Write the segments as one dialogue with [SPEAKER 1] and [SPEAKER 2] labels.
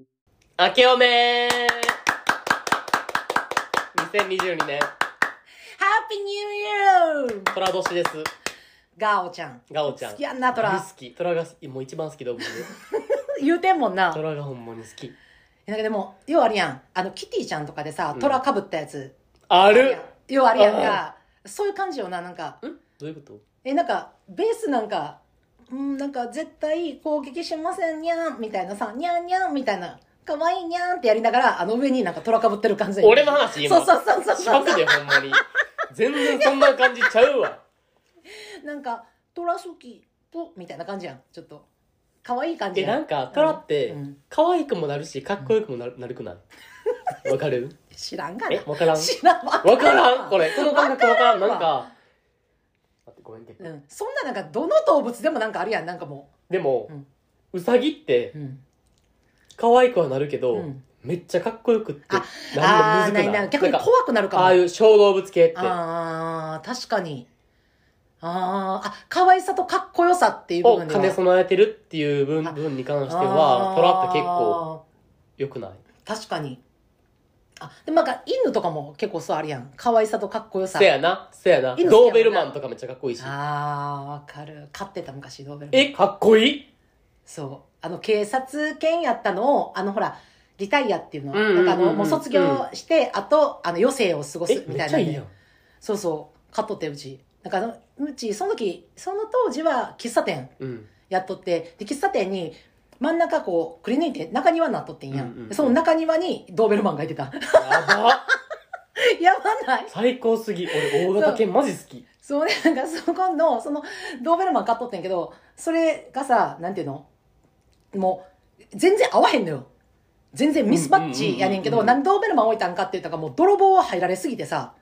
[SPEAKER 1] 明けおめ2022年、
[SPEAKER 2] ハッピーニューイヤー
[SPEAKER 1] 虎年です。
[SPEAKER 2] ガオちゃん。
[SPEAKER 1] ガオちゃん。
[SPEAKER 2] 好きやんな、ト
[SPEAKER 1] 大
[SPEAKER 2] ラ
[SPEAKER 1] 好。き。虎が好きもう一番好き動 物で。
[SPEAKER 2] 言うてんもんな。
[SPEAKER 1] 虎がほんまに好き。
[SPEAKER 2] なんかでも、ようあるやん。あの、キティちゃんとかでさ、トラかぶったやつ。
[SPEAKER 1] あ
[SPEAKER 2] あ
[SPEAKER 1] る
[SPEAKER 2] ようあるやんか。そういう感じよな、なんか。
[SPEAKER 1] んどういうこと
[SPEAKER 2] え、なんか、ベースなんか、うん、なんか絶対攻撃しません、にゃん、みたいなさ、にゃんにゃん、みたいな。かわいいにゃんってやりながら、あの上になんかトラかぶってる感じ。
[SPEAKER 1] 俺の話今
[SPEAKER 2] そうそうそうそう
[SPEAKER 1] し
[SPEAKER 2] そ
[SPEAKER 1] ま
[SPEAKER 2] う
[SPEAKER 1] く。でほんまに。全然そんな感じちゃうわ。
[SPEAKER 2] なんか、トラ好き、と、みたいな感じやん。ちょっと。かわいい感じ
[SPEAKER 1] え、な
[SPEAKER 2] やん。
[SPEAKER 1] んか、虎って
[SPEAKER 2] うん、
[SPEAKER 1] 可愛くもなるし、かっこよくもなるなるくないわかる
[SPEAKER 2] 知らんがな
[SPEAKER 1] え。わからん
[SPEAKER 2] 知らんわ
[SPEAKER 1] わからんこれ。この感覚わからん。
[SPEAKER 2] わ
[SPEAKER 1] なんか、待って、ごめん結構
[SPEAKER 2] うん、そんななんかどの動物でもなんかあるやんなんかも
[SPEAKER 1] でも
[SPEAKER 2] うん、
[SPEAKER 1] うさぎって
[SPEAKER 2] う、、うん、
[SPEAKER 1] 可愛くはなるけど、
[SPEAKER 2] うん
[SPEAKER 1] めっちゃかっこよくって
[SPEAKER 2] あ
[SPEAKER 1] な
[SPEAKER 2] あ
[SPEAKER 1] る
[SPEAKER 2] ー
[SPEAKER 1] のむずく
[SPEAKER 2] ない
[SPEAKER 1] ない
[SPEAKER 2] ない逆に
[SPEAKER 1] なんか
[SPEAKER 2] 怖くなるかも
[SPEAKER 1] ああいう小動物系って
[SPEAKER 2] あー確かにあーあ可愛さとかっこよさっていう部
[SPEAKER 1] を
[SPEAKER 2] 分で
[SPEAKER 1] 兼ね備えてるっていう分
[SPEAKER 2] あ
[SPEAKER 1] 分に関してはトラって結構良くない
[SPEAKER 2] 確かにあでもなんか犬とかも結構そうあるやん可愛さとかっこよさ
[SPEAKER 1] せやなせやな
[SPEAKER 2] 犬好きやもん
[SPEAKER 1] ド
[SPEAKER 2] な
[SPEAKER 1] ーベルマンとかめっちゃかっこいいし
[SPEAKER 2] あーわかる飼ってた昔ドーベルマン
[SPEAKER 1] えかっこいい
[SPEAKER 2] そう。あの、警察犬やったのを、あの、ほら、リタイアっていうの、
[SPEAKER 1] うんうんうんうん
[SPEAKER 2] なんかあの、もう卒業して、あと、あの、余生を過ごす
[SPEAKER 1] え
[SPEAKER 2] み
[SPEAKER 1] め
[SPEAKER 2] た
[SPEAKER 1] っ
[SPEAKER 2] い
[SPEAKER 1] ちゃ
[SPEAKER 2] なん
[SPEAKER 1] いいや
[SPEAKER 2] で
[SPEAKER 1] ん。
[SPEAKER 2] そうそう。買っとって、うち。なんかあの、うち、その時、その当時は喫茶店
[SPEAKER 1] うん
[SPEAKER 2] やっとって、で、喫茶店に、真ん中こう、くり抜いて、中庭になっとってんやん。
[SPEAKER 1] うんうんうん
[SPEAKER 2] でその中庭に、ドーベルマンがいてた。
[SPEAKER 1] やば
[SPEAKER 2] やばない
[SPEAKER 1] 最高すぎ俺大型犬マジ好き
[SPEAKER 2] そうね、なんかそこの、その、ドーベルマン買っとってんけど、それがさ、なんていうのもう、全然合わへんのよ。全然ミスマッチやねんけ
[SPEAKER 1] うん
[SPEAKER 2] ど、
[SPEAKER 1] うんうんう
[SPEAKER 2] なんでドーベルマン置いたんかって言ったら、もう泥棒は入られすぎてさ、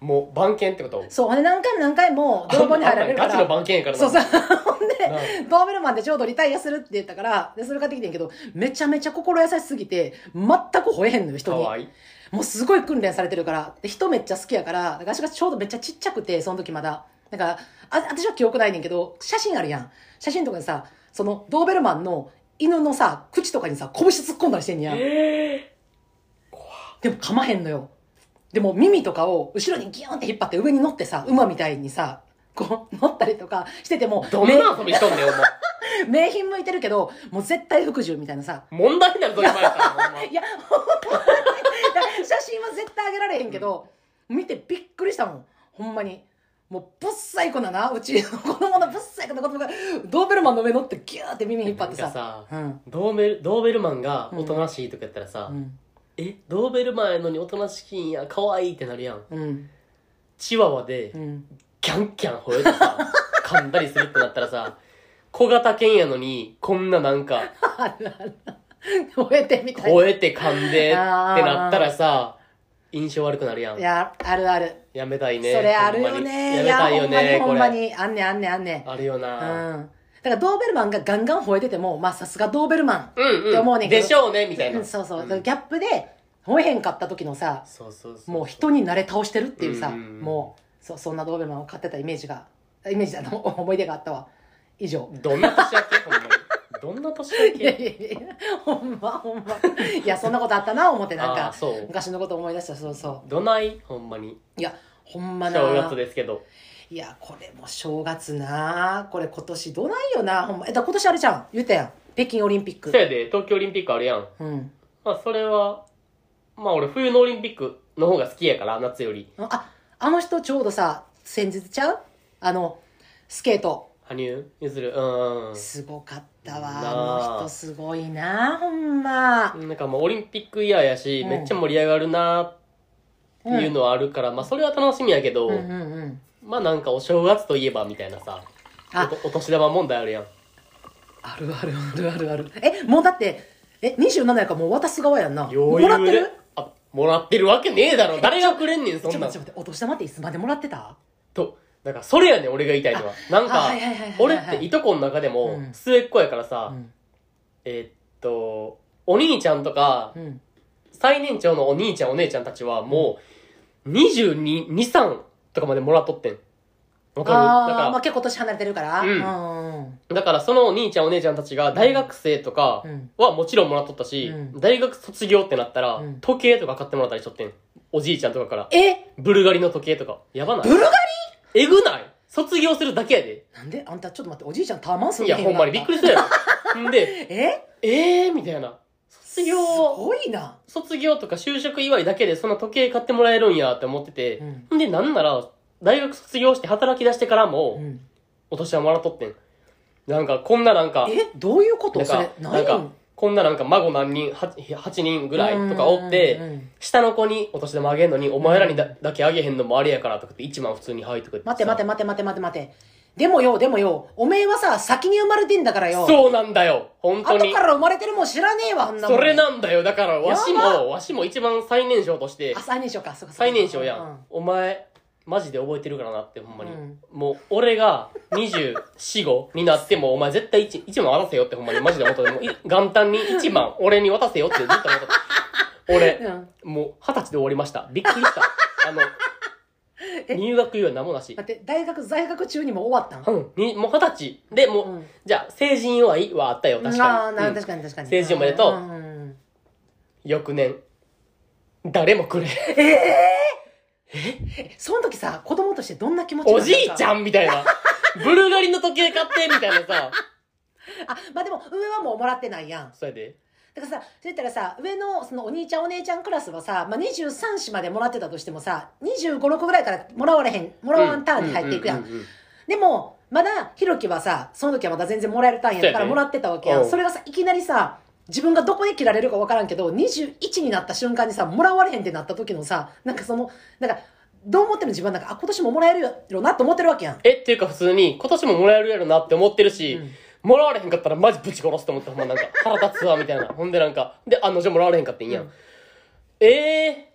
[SPEAKER 1] もう番犬ってこと
[SPEAKER 2] そう、ほんで何回も何回も泥棒に入られるか
[SPEAKER 1] あんなんガチの
[SPEAKER 2] ら、
[SPEAKER 1] 番犬やからな
[SPEAKER 2] そうそう、ほんで、
[SPEAKER 1] なあ
[SPEAKER 2] ドーベルマンでちょうどリタイアするって言ったから、で、それ買ってきてんけど、めちゃめちゃ心優しすぎて、全く吠えへんのよ、人
[SPEAKER 1] か
[SPEAKER 2] に。
[SPEAKER 1] わいい
[SPEAKER 2] もうすごい訓練されてるから、で人めっちゃ好きやから、私がちょうどめっちゃちっちゃくて、その時まだ。だから、あ私は記憶ないねんけど、写真あるやん。写真とかでさ、そのドーベルマンの犬のさ、口とかにさ、拳突っ込んだりしてんねやん。でも噛まへんのよ。でも耳とかを後ろにギューンって引っ張って上に乗ってさ、馬みたいにさ、こう乗ったりとかしてても、
[SPEAKER 1] どんな遊びしとんねんお前
[SPEAKER 2] 名名品向いてるけど、もう絶対服従みたいなさ、
[SPEAKER 1] 問題になるぞ今やったら ほんま
[SPEAKER 2] いや、ほんまに写真は絶対あげられへんけど、見てびっくりしたもん。ほんまに。もう、ぶっさい子だな、うちの子供のぶっさい子の子供が、ドーベルマンの上乗ってギューって耳引っ張って
[SPEAKER 1] なん
[SPEAKER 2] さ。
[SPEAKER 1] かさ
[SPEAKER 2] うん。
[SPEAKER 1] ドーベルドーベルマンがおとなしいとかやったらさ、
[SPEAKER 2] うん。
[SPEAKER 1] えドーベルマンやのにおとなしいんや可愛いってなるやん
[SPEAKER 2] うん。
[SPEAKER 1] チワワで
[SPEAKER 2] うん。
[SPEAKER 1] キャンキャン吠えてさ 噛んだりするってなったらさ小型犬やのにこんななんか
[SPEAKER 2] あらあら。吠えてみたい。
[SPEAKER 1] 吠えて噛んでってなったらさ印象悪くなるやん
[SPEAKER 2] い
[SPEAKER 1] や
[SPEAKER 2] や、あるある。
[SPEAKER 1] めたいね
[SPEAKER 2] それあるよ
[SPEAKER 1] ほんま
[SPEAKER 2] ね。
[SPEAKER 1] にや
[SPEAKER 2] い
[SPEAKER 1] め
[SPEAKER 2] や、
[SPEAKER 1] たいよ
[SPEAKER 2] ほんまに
[SPEAKER 1] ね
[SPEAKER 2] ほ
[SPEAKER 1] こ
[SPEAKER 2] ん
[SPEAKER 1] れ
[SPEAKER 2] まに。あんねんあんねんあんねん。
[SPEAKER 1] あるよ
[SPEAKER 2] うん。だ
[SPEAKER 1] な
[SPEAKER 2] から、ドーベルマンがガンガン吠えてても、まあ、さすがドーベルマン。
[SPEAKER 1] うんうん
[SPEAKER 2] って思うねんけど
[SPEAKER 1] でしょうねみたいな、
[SPEAKER 2] うんそうそう。
[SPEAKER 1] ん
[SPEAKER 2] だからギャップで、吠えへんかった時のさ、
[SPEAKER 1] そうそうそう
[SPEAKER 2] もう人に慣れ倒してるっていうさ、
[SPEAKER 1] うんうんうん
[SPEAKER 2] もうそそんなドーベルマンを飼ってたイメージがイメージだの 思い出があったわ以上
[SPEAKER 1] どんな年明けほんまにどんな年明
[SPEAKER 2] いや
[SPEAKER 1] け
[SPEAKER 2] いやいやほんまほんまいやそんなことあったな思ってなん
[SPEAKER 1] あー
[SPEAKER 2] か
[SPEAKER 1] そう
[SPEAKER 2] 昔のこと思い出したそうそ
[SPEAKER 1] どないほんまに
[SPEAKER 2] ういやほんまな
[SPEAKER 1] 正月ですけど
[SPEAKER 2] いやこれも正月なこれ今年どないよなほんまえだから今年あれじゃん言うたやん北京オリンピック
[SPEAKER 1] そやで東京オリンピックあるやん
[SPEAKER 2] うん
[SPEAKER 1] まあそれはまあ俺冬のオリンピックの方が好きやから夏より
[SPEAKER 2] ああの人ちょうどさ先日ちゃうあのスケート
[SPEAKER 1] 羽生結弦う
[SPEAKER 2] すごかったわ
[SPEAKER 1] なあ
[SPEAKER 2] あの人すごいなほんま
[SPEAKER 1] んなんかもうオリンピックイヤーやし、
[SPEAKER 2] うん
[SPEAKER 1] めっちゃ盛り上がるなっていうのはあるから、まあそれは楽しみやけど、
[SPEAKER 2] うんうんうん
[SPEAKER 1] まあなんかお正月といえばみたいなさ
[SPEAKER 2] あ
[SPEAKER 1] おお年玉問題あるやん
[SPEAKER 2] あるあるあるあるあるえもうだってえ27やからもう渡す側やんな
[SPEAKER 1] 余裕で
[SPEAKER 2] もらってる
[SPEAKER 1] あもらってるわけねえだろ誰がくれんねん
[SPEAKER 2] ち
[SPEAKER 1] そ
[SPEAKER 2] ょっと
[SPEAKER 1] んなん
[SPEAKER 2] 待ってちょっと待ってお年玉っていつまでもらってた
[SPEAKER 1] となんかそれやねん俺が言いたいのはなんか
[SPEAKER 2] はいはいはいはいはい
[SPEAKER 1] 俺っていとこの中でも
[SPEAKER 2] うん
[SPEAKER 1] 末っ子やからさ、
[SPEAKER 2] うん
[SPEAKER 1] えーっとお兄ちゃんとか
[SPEAKER 2] うん
[SPEAKER 1] 最年長のお兄ちゃんお姉ちゃんたちはもう22、23とかまでもらっとってん。わかるだ
[SPEAKER 2] ああ、まあ
[SPEAKER 1] か
[SPEAKER 2] 結構年離れてるから。
[SPEAKER 1] うん
[SPEAKER 2] うん。
[SPEAKER 1] ら、だからそのお兄ちゃんお姉ちゃんたちが大学生とか
[SPEAKER 2] うん。
[SPEAKER 1] はもちろんもらっとったし、
[SPEAKER 2] うん
[SPEAKER 1] 大学卒業ってなったら
[SPEAKER 2] うん、
[SPEAKER 1] 時計とか買ってもらったりしとってん。おじいちゃんとかから。
[SPEAKER 2] え
[SPEAKER 1] ブルガリの時計とか。やばな
[SPEAKER 2] ブ
[SPEAKER 1] い
[SPEAKER 2] ルガリ
[SPEAKER 1] えぐない卒業するだけやで。
[SPEAKER 2] なんであんたちょっと待って、おじいちゃんタワマンす
[SPEAKER 1] いや、ほんまにびっくりしたよ。 んで、
[SPEAKER 2] え
[SPEAKER 1] えーみたいな。卒業
[SPEAKER 2] すごいな。
[SPEAKER 1] 卒業とか就職祝いだけでそんな時計買ってもらえるんやって思ってて
[SPEAKER 2] う、ん。
[SPEAKER 1] ん、でなんなら大学卒業して働き出してから
[SPEAKER 2] う
[SPEAKER 1] も
[SPEAKER 2] ん
[SPEAKER 1] お年玉もらっとってんなんかこんななんか
[SPEAKER 2] えどういうこ
[SPEAKER 1] な
[SPEAKER 2] と
[SPEAKER 1] ん
[SPEAKER 2] それ
[SPEAKER 1] か、な
[SPEAKER 2] 何
[SPEAKER 1] んかこんななんか孫何人 8, 人ぐらいとかおっ
[SPEAKER 2] うんうん
[SPEAKER 1] て
[SPEAKER 2] うんうん
[SPEAKER 1] 下の子にお年玉あげんのにお前らにだだけあげへんのもあれやからとかって1万普通に「はい」とか言って
[SPEAKER 2] 待って待って
[SPEAKER 1] て
[SPEAKER 2] 待って待って待って待って。でもよ、でもよ、おめえはさ、先に生まれてんだからよ。
[SPEAKER 1] そうなんだよ本当
[SPEAKER 2] 後
[SPEAKER 1] に
[SPEAKER 2] から生まれてるもん知らねえわ、あんなもん。
[SPEAKER 1] それ。なんだよだからわし
[SPEAKER 2] やば
[SPEAKER 1] もわしも一番最年少として
[SPEAKER 2] あ、最年少か。そうか
[SPEAKER 1] 最年少やん、
[SPEAKER 2] うん
[SPEAKER 1] お前マジで覚えてるからなってほんまに、
[SPEAKER 2] うん
[SPEAKER 1] もう俺が245になってもお前絶対 1, 1万渡せよってほんまにマジで思ったでもうい元旦に1万俺に渡せよってずっと思ってた
[SPEAKER 2] う
[SPEAKER 1] 俺
[SPEAKER 2] ん。
[SPEAKER 1] もう二十歳で終わりましたびっくりしたあの
[SPEAKER 2] え
[SPEAKER 1] 入学言は何もなし
[SPEAKER 2] だって、大学在学中にもう終わったん。
[SPEAKER 1] うんにもう二十歳でもう、
[SPEAKER 2] うん
[SPEAKER 1] じゃあ成人祝いはあったよ確
[SPEAKER 2] あ
[SPEAKER 1] か
[SPEAKER 2] あ、
[SPEAKER 1] に、
[SPEAKER 2] な
[SPEAKER 1] うん
[SPEAKER 2] 確かに確かに。
[SPEAKER 1] 成人おめでとうん
[SPEAKER 2] んん
[SPEAKER 1] 翌年誰もくれん
[SPEAKER 2] えええその時さ、子供としてどんな気持ち
[SPEAKER 1] おじいちゃ
[SPEAKER 2] ん
[SPEAKER 1] んみたいなブルガリの時計買ってみたいなさ
[SPEAKER 2] あ、まあでも、上はもうもらってないやん。
[SPEAKER 1] それで
[SPEAKER 2] だからさ、そう言ったらさ、上のそのお兄ちゃんお姉ちゃんクラスはさ、まあ、23子までもらってたとしてもさ、25、6ぐらいからもらわれへん、もらわんターンに入っていくや
[SPEAKER 1] うう
[SPEAKER 2] ん。
[SPEAKER 1] うう
[SPEAKER 2] でも、まだ、ひろきはさ、その時はまだ全然もらえるターンやった
[SPEAKER 1] そうや
[SPEAKER 2] から
[SPEAKER 1] ね
[SPEAKER 2] もらってたわけやん。
[SPEAKER 1] うん
[SPEAKER 2] それがさ、いきなりさ、自分がどこで切られるかわからんけど、21になった瞬間にさ、もらわれへんってなった時のさ、なんかその、なんか、どう思ってるの自分はなんか、あ、今年ももらえるやろなと思ってるわけやん。
[SPEAKER 1] えっていうか普通に今年ももらえるやろなって思ってるし、
[SPEAKER 2] うん
[SPEAKER 1] もらわれへんかったらマジぶち殺すと思ってほんまなんか 腹立つわみたいなほんでなんかで案の定もらわれへんかってんやん、
[SPEAKER 2] うん
[SPEAKER 1] えー、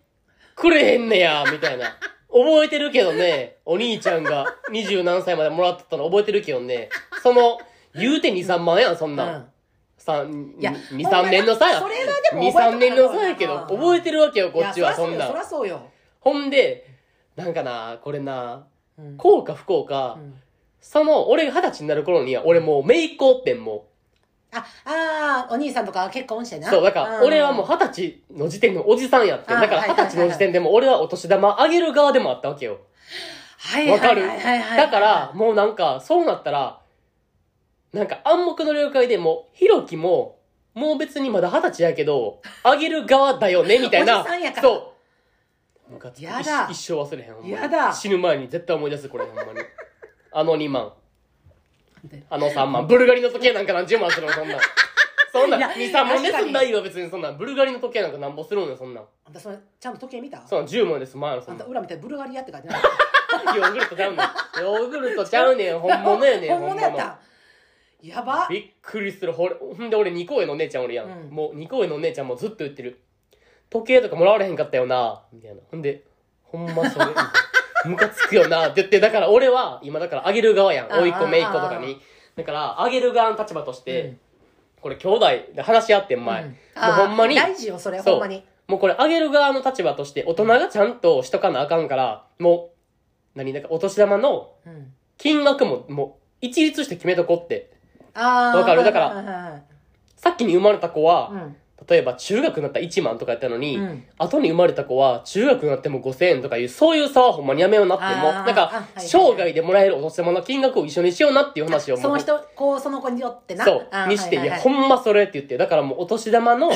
[SPEAKER 1] くれへんねやみたいな覚えてるけどねお兄ちゃんが二十何歳までもらってたの覚えてるけどねその言うて23万やんそんなん、三
[SPEAKER 2] いや
[SPEAKER 1] 二23年の差や
[SPEAKER 2] ほんまやそれはでも覚え
[SPEAKER 1] 23年
[SPEAKER 2] とかな
[SPEAKER 1] の差やけど
[SPEAKER 2] うん
[SPEAKER 1] 覚えてるわけよこ
[SPEAKER 2] いや
[SPEAKER 1] っちはそん
[SPEAKER 2] りゃ
[SPEAKER 1] な
[SPEAKER 2] そ
[SPEAKER 1] ん
[SPEAKER 2] らそうよ。
[SPEAKER 1] ほんでなんかなこれな
[SPEAKER 2] うん
[SPEAKER 1] こうか不幸か、
[SPEAKER 2] うん
[SPEAKER 1] その、俺が二十歳になる頃には、俺もう、めいっ子おってんも
[SPEAKER 2] あ、あーお兄さんとか結婚して
[SPEAKER 1] う。
[SPEAKER 2] な。
[SPEAKER 1] そう、だから、
[SPEAKER 2] ん
[SPEAKER 1] 俺はもう二十歳の時点のおじさんやってん。
[SPEAKER 2] あー
[SPEAKER 1] だから
[SPEAKER 2] はい
[SPEAKER 1] 二
[SPEAKER 2] はいはい
[SPEAKER 1] 十歳の時点でも、俺はお年玉あげる側でもあったわけよ。
[SPEAKER 2] はいは
[SPEAKER 1] わ
[SPEAKER 2] いは
[SPEAKER 1] か
[SPEAKER 2] い
[SPEAKER 1] る
[SPEAKER 2] はいはい。
[SPEAKER 1] だから、もうなんか、そうなったら、なんか暗黙の了解でもう、ひろきも、もう別にまだ二十歳やけど、あげる側だよね、みたいな。
[SPEAKER 2] おじさんやから
[SPEAKER 1] そう。ムカつく
[SPEAKER 2] やだ
[SPEAKER 1] 一一生忘れへん、ほんまに
[SPEAKER 2] やだ
[SPEAKER 1] 死ぬ前に絶対思い出す、これ、ほんまに。 あの2万。
[SPEAKER 2] で
[SPEAKER 1] あの3万。ブルガリの時計なんか何十万するの、そんなん。そんなん
[SPEAKER 2] いや、
[SPEAKER 1] 2、3万で
[SPEAKER 2] 確か
[SPEAKER 1] す
[SPEAKER 2] に
[SPEAKER 1] んないよ、別にそんなん。ブルガリの時計なんかなんぼするのよ、そんなん。
[SPEAKER 2] あんたそれちゃんと時計見た
[SPEAKER 1] そんなん10万です、前のそ
[SPEAKER 2] あん
[SPEAKER 1] ん
[SPEAKER 2] た
[SPEAKER 1] なん。
[SPEAKER 2] 裏見てブルガリアって書いてない
[SPEAKER 1] ヨーグルトちゃうねん。ヨーグルトちゃうねん、本物やね ん、
[SPEAKER 2] 本物やっ
[SPEAKER 1] ほんまの
[SPEAKER 2] たや ば
[SPEAKER 1] びっくりするほれほんで俺二個上のお姉ちゃんおるやん、
[SPEAKER 2] うん
[SPEAKER 1] もう二個上のお姉ちゃんもずっと言ってる時計とかもらわれへんかったよなみたいなほんでほんまそれ ムカつくよなって言ってだから俺は今だからあげる側やん
[SPEAKER 2] あー
[SPEAKER 1] おいっ子めいっ子とかにだからあげる側の立場として、
[SPEAKER 2] うん
[SPEAKER 1] これ兄弟で話し合ってん前、
[SPEAKER 2] うん
[SPEAKER 1] もう
[SPEAKER 2] あー
[SPEAKER 1] ほんまに
[SPEAKER 2] 大事よそれ
[SPEAKER 1] そう
[SPEAKER 2] ほんまに
[SPEAKER 1] もうこれあげる側の立場として大人がちゃんとしとかなあかんからもう何だかお年玉の
[SPEAKER 2] うん
[SPEAKER 1] 金額ももう一律して決めとこうって
[SPEAKER 2] あー
[SPEAKER 1] わかるだから
[SPEAKER 2] はいはいはい
[SPEAKER 1] さっきに生まれた子は、
[SPEAKER 2] うん
[SPEAKER 1] 例えば中学になったら1万とかやったのに、
[SPEAKER 2] うん
[SPEAKER 1] 後に生まれた子は中学になっても5000円とかいう、そういう差はほんまにやめようなっても、な
[SPEAKER 2] あー
[SPEAKER 1] ん
[SPEAKER 2] あはい
[SPEAKER 1] か
[SPEAKER 2] は、い
[SPEAKER 1] 生涯でもらえるお年玉の金額を一緒にしようなっていう話をもう
[SPEAKER 2] その人こうその子によってな
[SPEAKER 1] そう
[SPEAKER 2] あ、ー
[SPEAKER 1] にして、
[SPEAKER 2] はいいは
[SPEAKER 1] や、
[SPEAKER 2] い
[SPEAKER 1] ほんまそれって言って、だからもうお年玉 の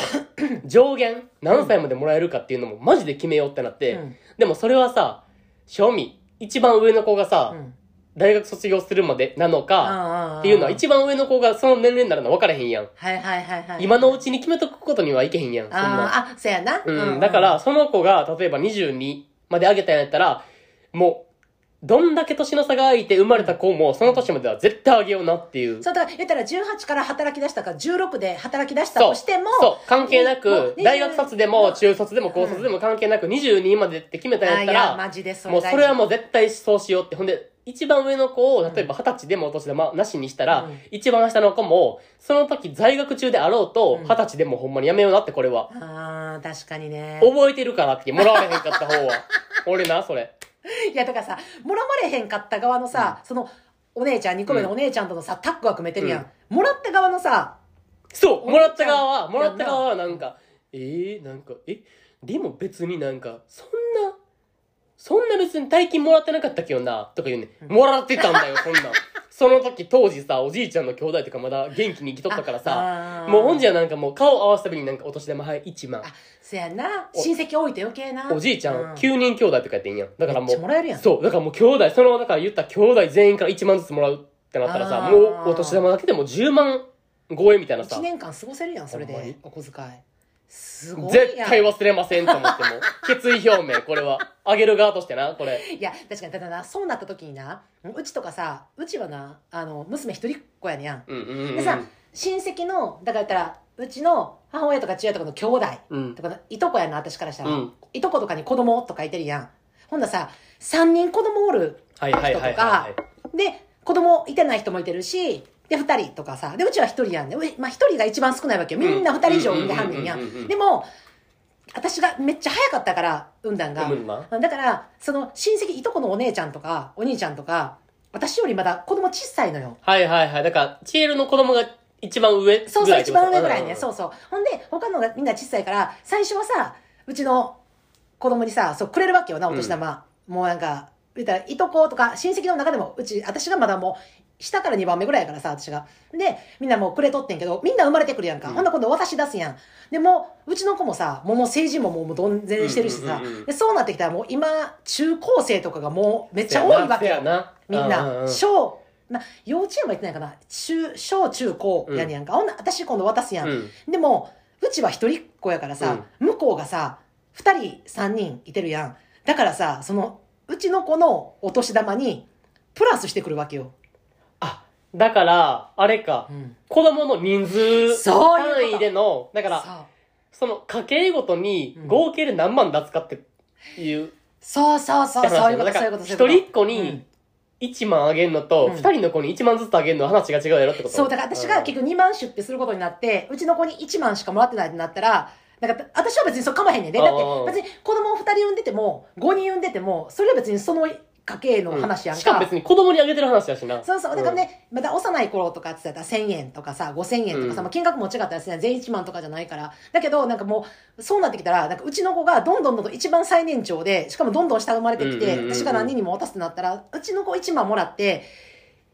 [SPEAKER 1] 上限、何歳までもらえるかっていうのもマジで決めようってなって、
[SPEAKER 2] うん
[SPEAKER 1] でもそれはさ、賞味、一番上の子がさ、
[SPEAKER 2] うん
[SPEAKER 1] 大学卒業するまでなのか、っていうのは一番上の子がその年齢になるの分からへんやん。
[SPEAKER 2] はいはいはいはい
[SPEAKER 1] 今のうちに決めとくことにはいけへんやん、そんな。
[SPEAKER 2] あーあそうやな
[SPEAKER 1] うん、だから、その子が、例えば22まで上げたんやったら、もう、どんだけ年の差が空いて生まれた子も、その年までは絶対上げようなっていう。
[SPEAKER 2] そうだから言ったら18から働き出したか16で働き出したとしても
[SPEAKER 1] そう、関係な
[SPEAKER 2] もう
[SPEAKER 1] く、
[SPEAKER 2] ね
[SPEAKER 1] 大学卒でも、中卒でも、高卒でも関係なく、22までって決めたん
[SPEAKER 2] あ
[SPEAKER 1] や
[SPEAKER 2] ー
[SPEAKER 1] っ
[SPEAKER 2] い
[SPEAKER 1] た
[SPEAKER 2] やマ
[SPEAKER 1] ら、
[SPEAKER 2] ジでそれ
[SPEAKER 1] もうそれは
[SPEAKER 2] 大事
[SPEAKER 1] もう絶対そうしようって。ほんで、一番上の子を、例えば20歳でもお年玉なしにしたら
[SPEAKER 2] うん、
[SPEAKER 1] 一番下の子も、その時在学中であろうと、
[SPEAKER 2] うん
[SPEAKER 1] 20歳でもほんまにやめようなって、これは。
[SPEAKER 2] あー確かにね
[SPEAKER 1] 覚えてるからって、もらわれへんかった方は。俺な、それ。
[SPEAKER 2] いやだからさもらわれへんかった側のさ、そのお姉ちゃん2個目のお姉ちゃんとのさ、タッグは組めてるやん、もらった側のさ
[SPEAKER 1] そう
[SPEAKER 2] お
[SPEAKER 1] も
[SPEAKER 2] 兄ちゃん
[SPEAKER 1] らった側はもらった側はなんかえー、なんかえでも別になんかそんなそんな別に大金もらってなかったけどなとか言うね、
[SPEAKER 2] うん
[SPEAKER 1] もらってたん だよそんなんその時当時さおじいちゃんの兄弟とかまだ元気に生きとったからさ
[SPEAKER 2] ああー
[SPEAKER 1] もう本日はなんかもう顔合わすたびになんかお年玉はい1万
[SPEAKER 2] あそやな
[SPEAKER 1] お
[SPEAKER 2] 親戚多いと余計な
[SPEAKER 1] おじいちゃん、
[SPEAKER 2] う
[SPEAKER 1] 9人兄弟とかやっていいんやんだから
[SPEAKER 2] め
[SPEAKER 1] も
[SPEAKER 2] っちゃ
[SPEAKER 1] う
[SPEAKER 2] もらえるやん
[SPEAKER 1] そうだからもう兄弟そのだから言った兄弟全員から1万ずつもらうってなったらさ
[SPEAKER 2] あー
[SPEAKER 1] もうお年玉だけでも10万超えみたいなさ
[SPEAKER 2] 1年間過ごせるやんそれ
[SPEAKER 1] ほんまに
[SPEAKER 2] でお小遣いすごいやん
[SPEAKER 1] 絶対忘れませんと思っても決意表明これ はあげる側としてなこれ
[SPEAKER 2] いや確かにただなそうなった時になうちとかさうちはなあの娘一人っ子やねやん
[SPEAKER 1] うんうんうん
[SPEAKER 2] でさ親戚のだから言ったらうちの母親とか父親とかの兄弟
[SPEAKER 1] うん
[SPEAKER 2] とかのいとこやな私からしたら、
[SPEAKER 1] うん
[SPEAKER 2] いとことかに子供とかいてるやんほんならさ3人子供おる
[SPEAKER 1] はいはいはいはいは
[SPEAKER 2] 人で子供いてない人もいてるしで2人とかさでうちは1人やんで、うまあ、1人が一番少ないわけよみんな2人以上産んではんねんや
[SPEAKER 1] うんうんうんうんうん
[SPEAKER 2] でも私がめっちゃ早かったから産んだん
[SPEAKER 1] い
[SPEAKER 2] が
[SPEAKER 1] 無理な
[SPEAKER 2] だからその親戚いとこのお姉ちゃんとかお兄ちゃんとか私よりまだ子供小さいのよ
[SPEAKER 1] はいはいはいだからチエルの子供が一番上ぐらいってこ
[SPEAKER 2] そう
[SPEAKER 1] と
[SPEAKER 2] そう、一番上ぐらいね。
[SPEAKER 1] う
[SPEAKER 2] そうそう。ほんで、他のがみんな小さいから、最初はさ、うちの子供にさ、そう、くれるわけよな、お年玉。もうなんか、言ったら、いとことか、親戚の中でも、うち、私がまだもう、下から2番目ぐらいやからさ、私が。で、みんなもうくれとってんけど、みんな生まれてくるやんか。
[SPEAKER 1] うん
[SPEAKER 2] ほんなら今度私出すやん。でもう、うちの子もさ、もうもう成人ももうもうどんぜんしてるし
[SPEAKER 1] う
[SPEAKER 2] さ、
[SPEAKER 1] んうんうんうん
[SPEAKER 2] で、そうなってきたらもう今、中高生とかがもうめっちゃ多いわけよ
[SPEAKER 1] せや。な
[SPEAKER 2] みん
[SPEAKER 1] うう
[SPEAKER 2] な、
[SPEAKER 1] う
[SPEAKER 2] 小、な、幼稚園は行ってないかな、中、小中高やねやんか。ほんなら私今度渡すやん。
[SPEAKER 1] うん
[SPEAKER 2] でも、うちは一人っ子やからさ、向こうがさ、二人、三人いてるやん。だからさ、その、うちの子のお年玉に、プラスしてくるわけよ。
[SPEAKER 1] あだからあれか
[SPEAKER 2] うん。
[SPEAKER 1] 子供の人数
[SPEAKER 2] そういうこと
[SPEAKER 1] 単位でのだから
[SPEAKER 2] そ
[SPEAKER 1] そ
[SPEAKER 2] う
[SPEAKER 1] の家計ごとに
[SPEAKER 2] うん
[SPEAKER 1] 合計で何万出すかっていう
[SPEAKER 2] そうそうそう、そういうこと、そういうこと。
[SPEAKER 1] 一人っ子
[SPEAKER 2] そういう
[SPEAKER 1] に
[SPEAKER 2] こ
[SPEAKER 1] 1万あげんのと、
[SPEAKER 2] うん
[SPEAKER 1] 二人の子に1万ずつあげんの話が違うやろってこと
[SPEAKER 2] とうんそう、だから私が結局2万出費することになって、うちの子に1万しかもらってないってなったら、なんか私は別にそこまへんねんね。だって
[SPEAKER 1] うん
[SPEAKER 2] 別に子供を2人産んでても、5人産んでても、それは別にその家計の話やんか。
[SPEAKER 1] しかも別に子供にあげてる話やしな
[SPEAKER 2] そうそう。だからね、まだ幼い頃とかって言ったら1000円とかさ、5000円とかさ、
[SPEAKER 1] うん
[SPEAKER 2] まあ金額も違ったらね、全員1万とかじゃないから。だけど、なんかもう、そうなってきたら、なんかうちの子がどんどんどんどん一番最年長で、しかもどんどん下生まれてき
[SPEAKER 1] うんうん
[SPEAKER 2] て、
[SPEAKER 1] うんうん
[SPEAKER 2] 私が何人にも渡すってなったら、うちの子1万もらって、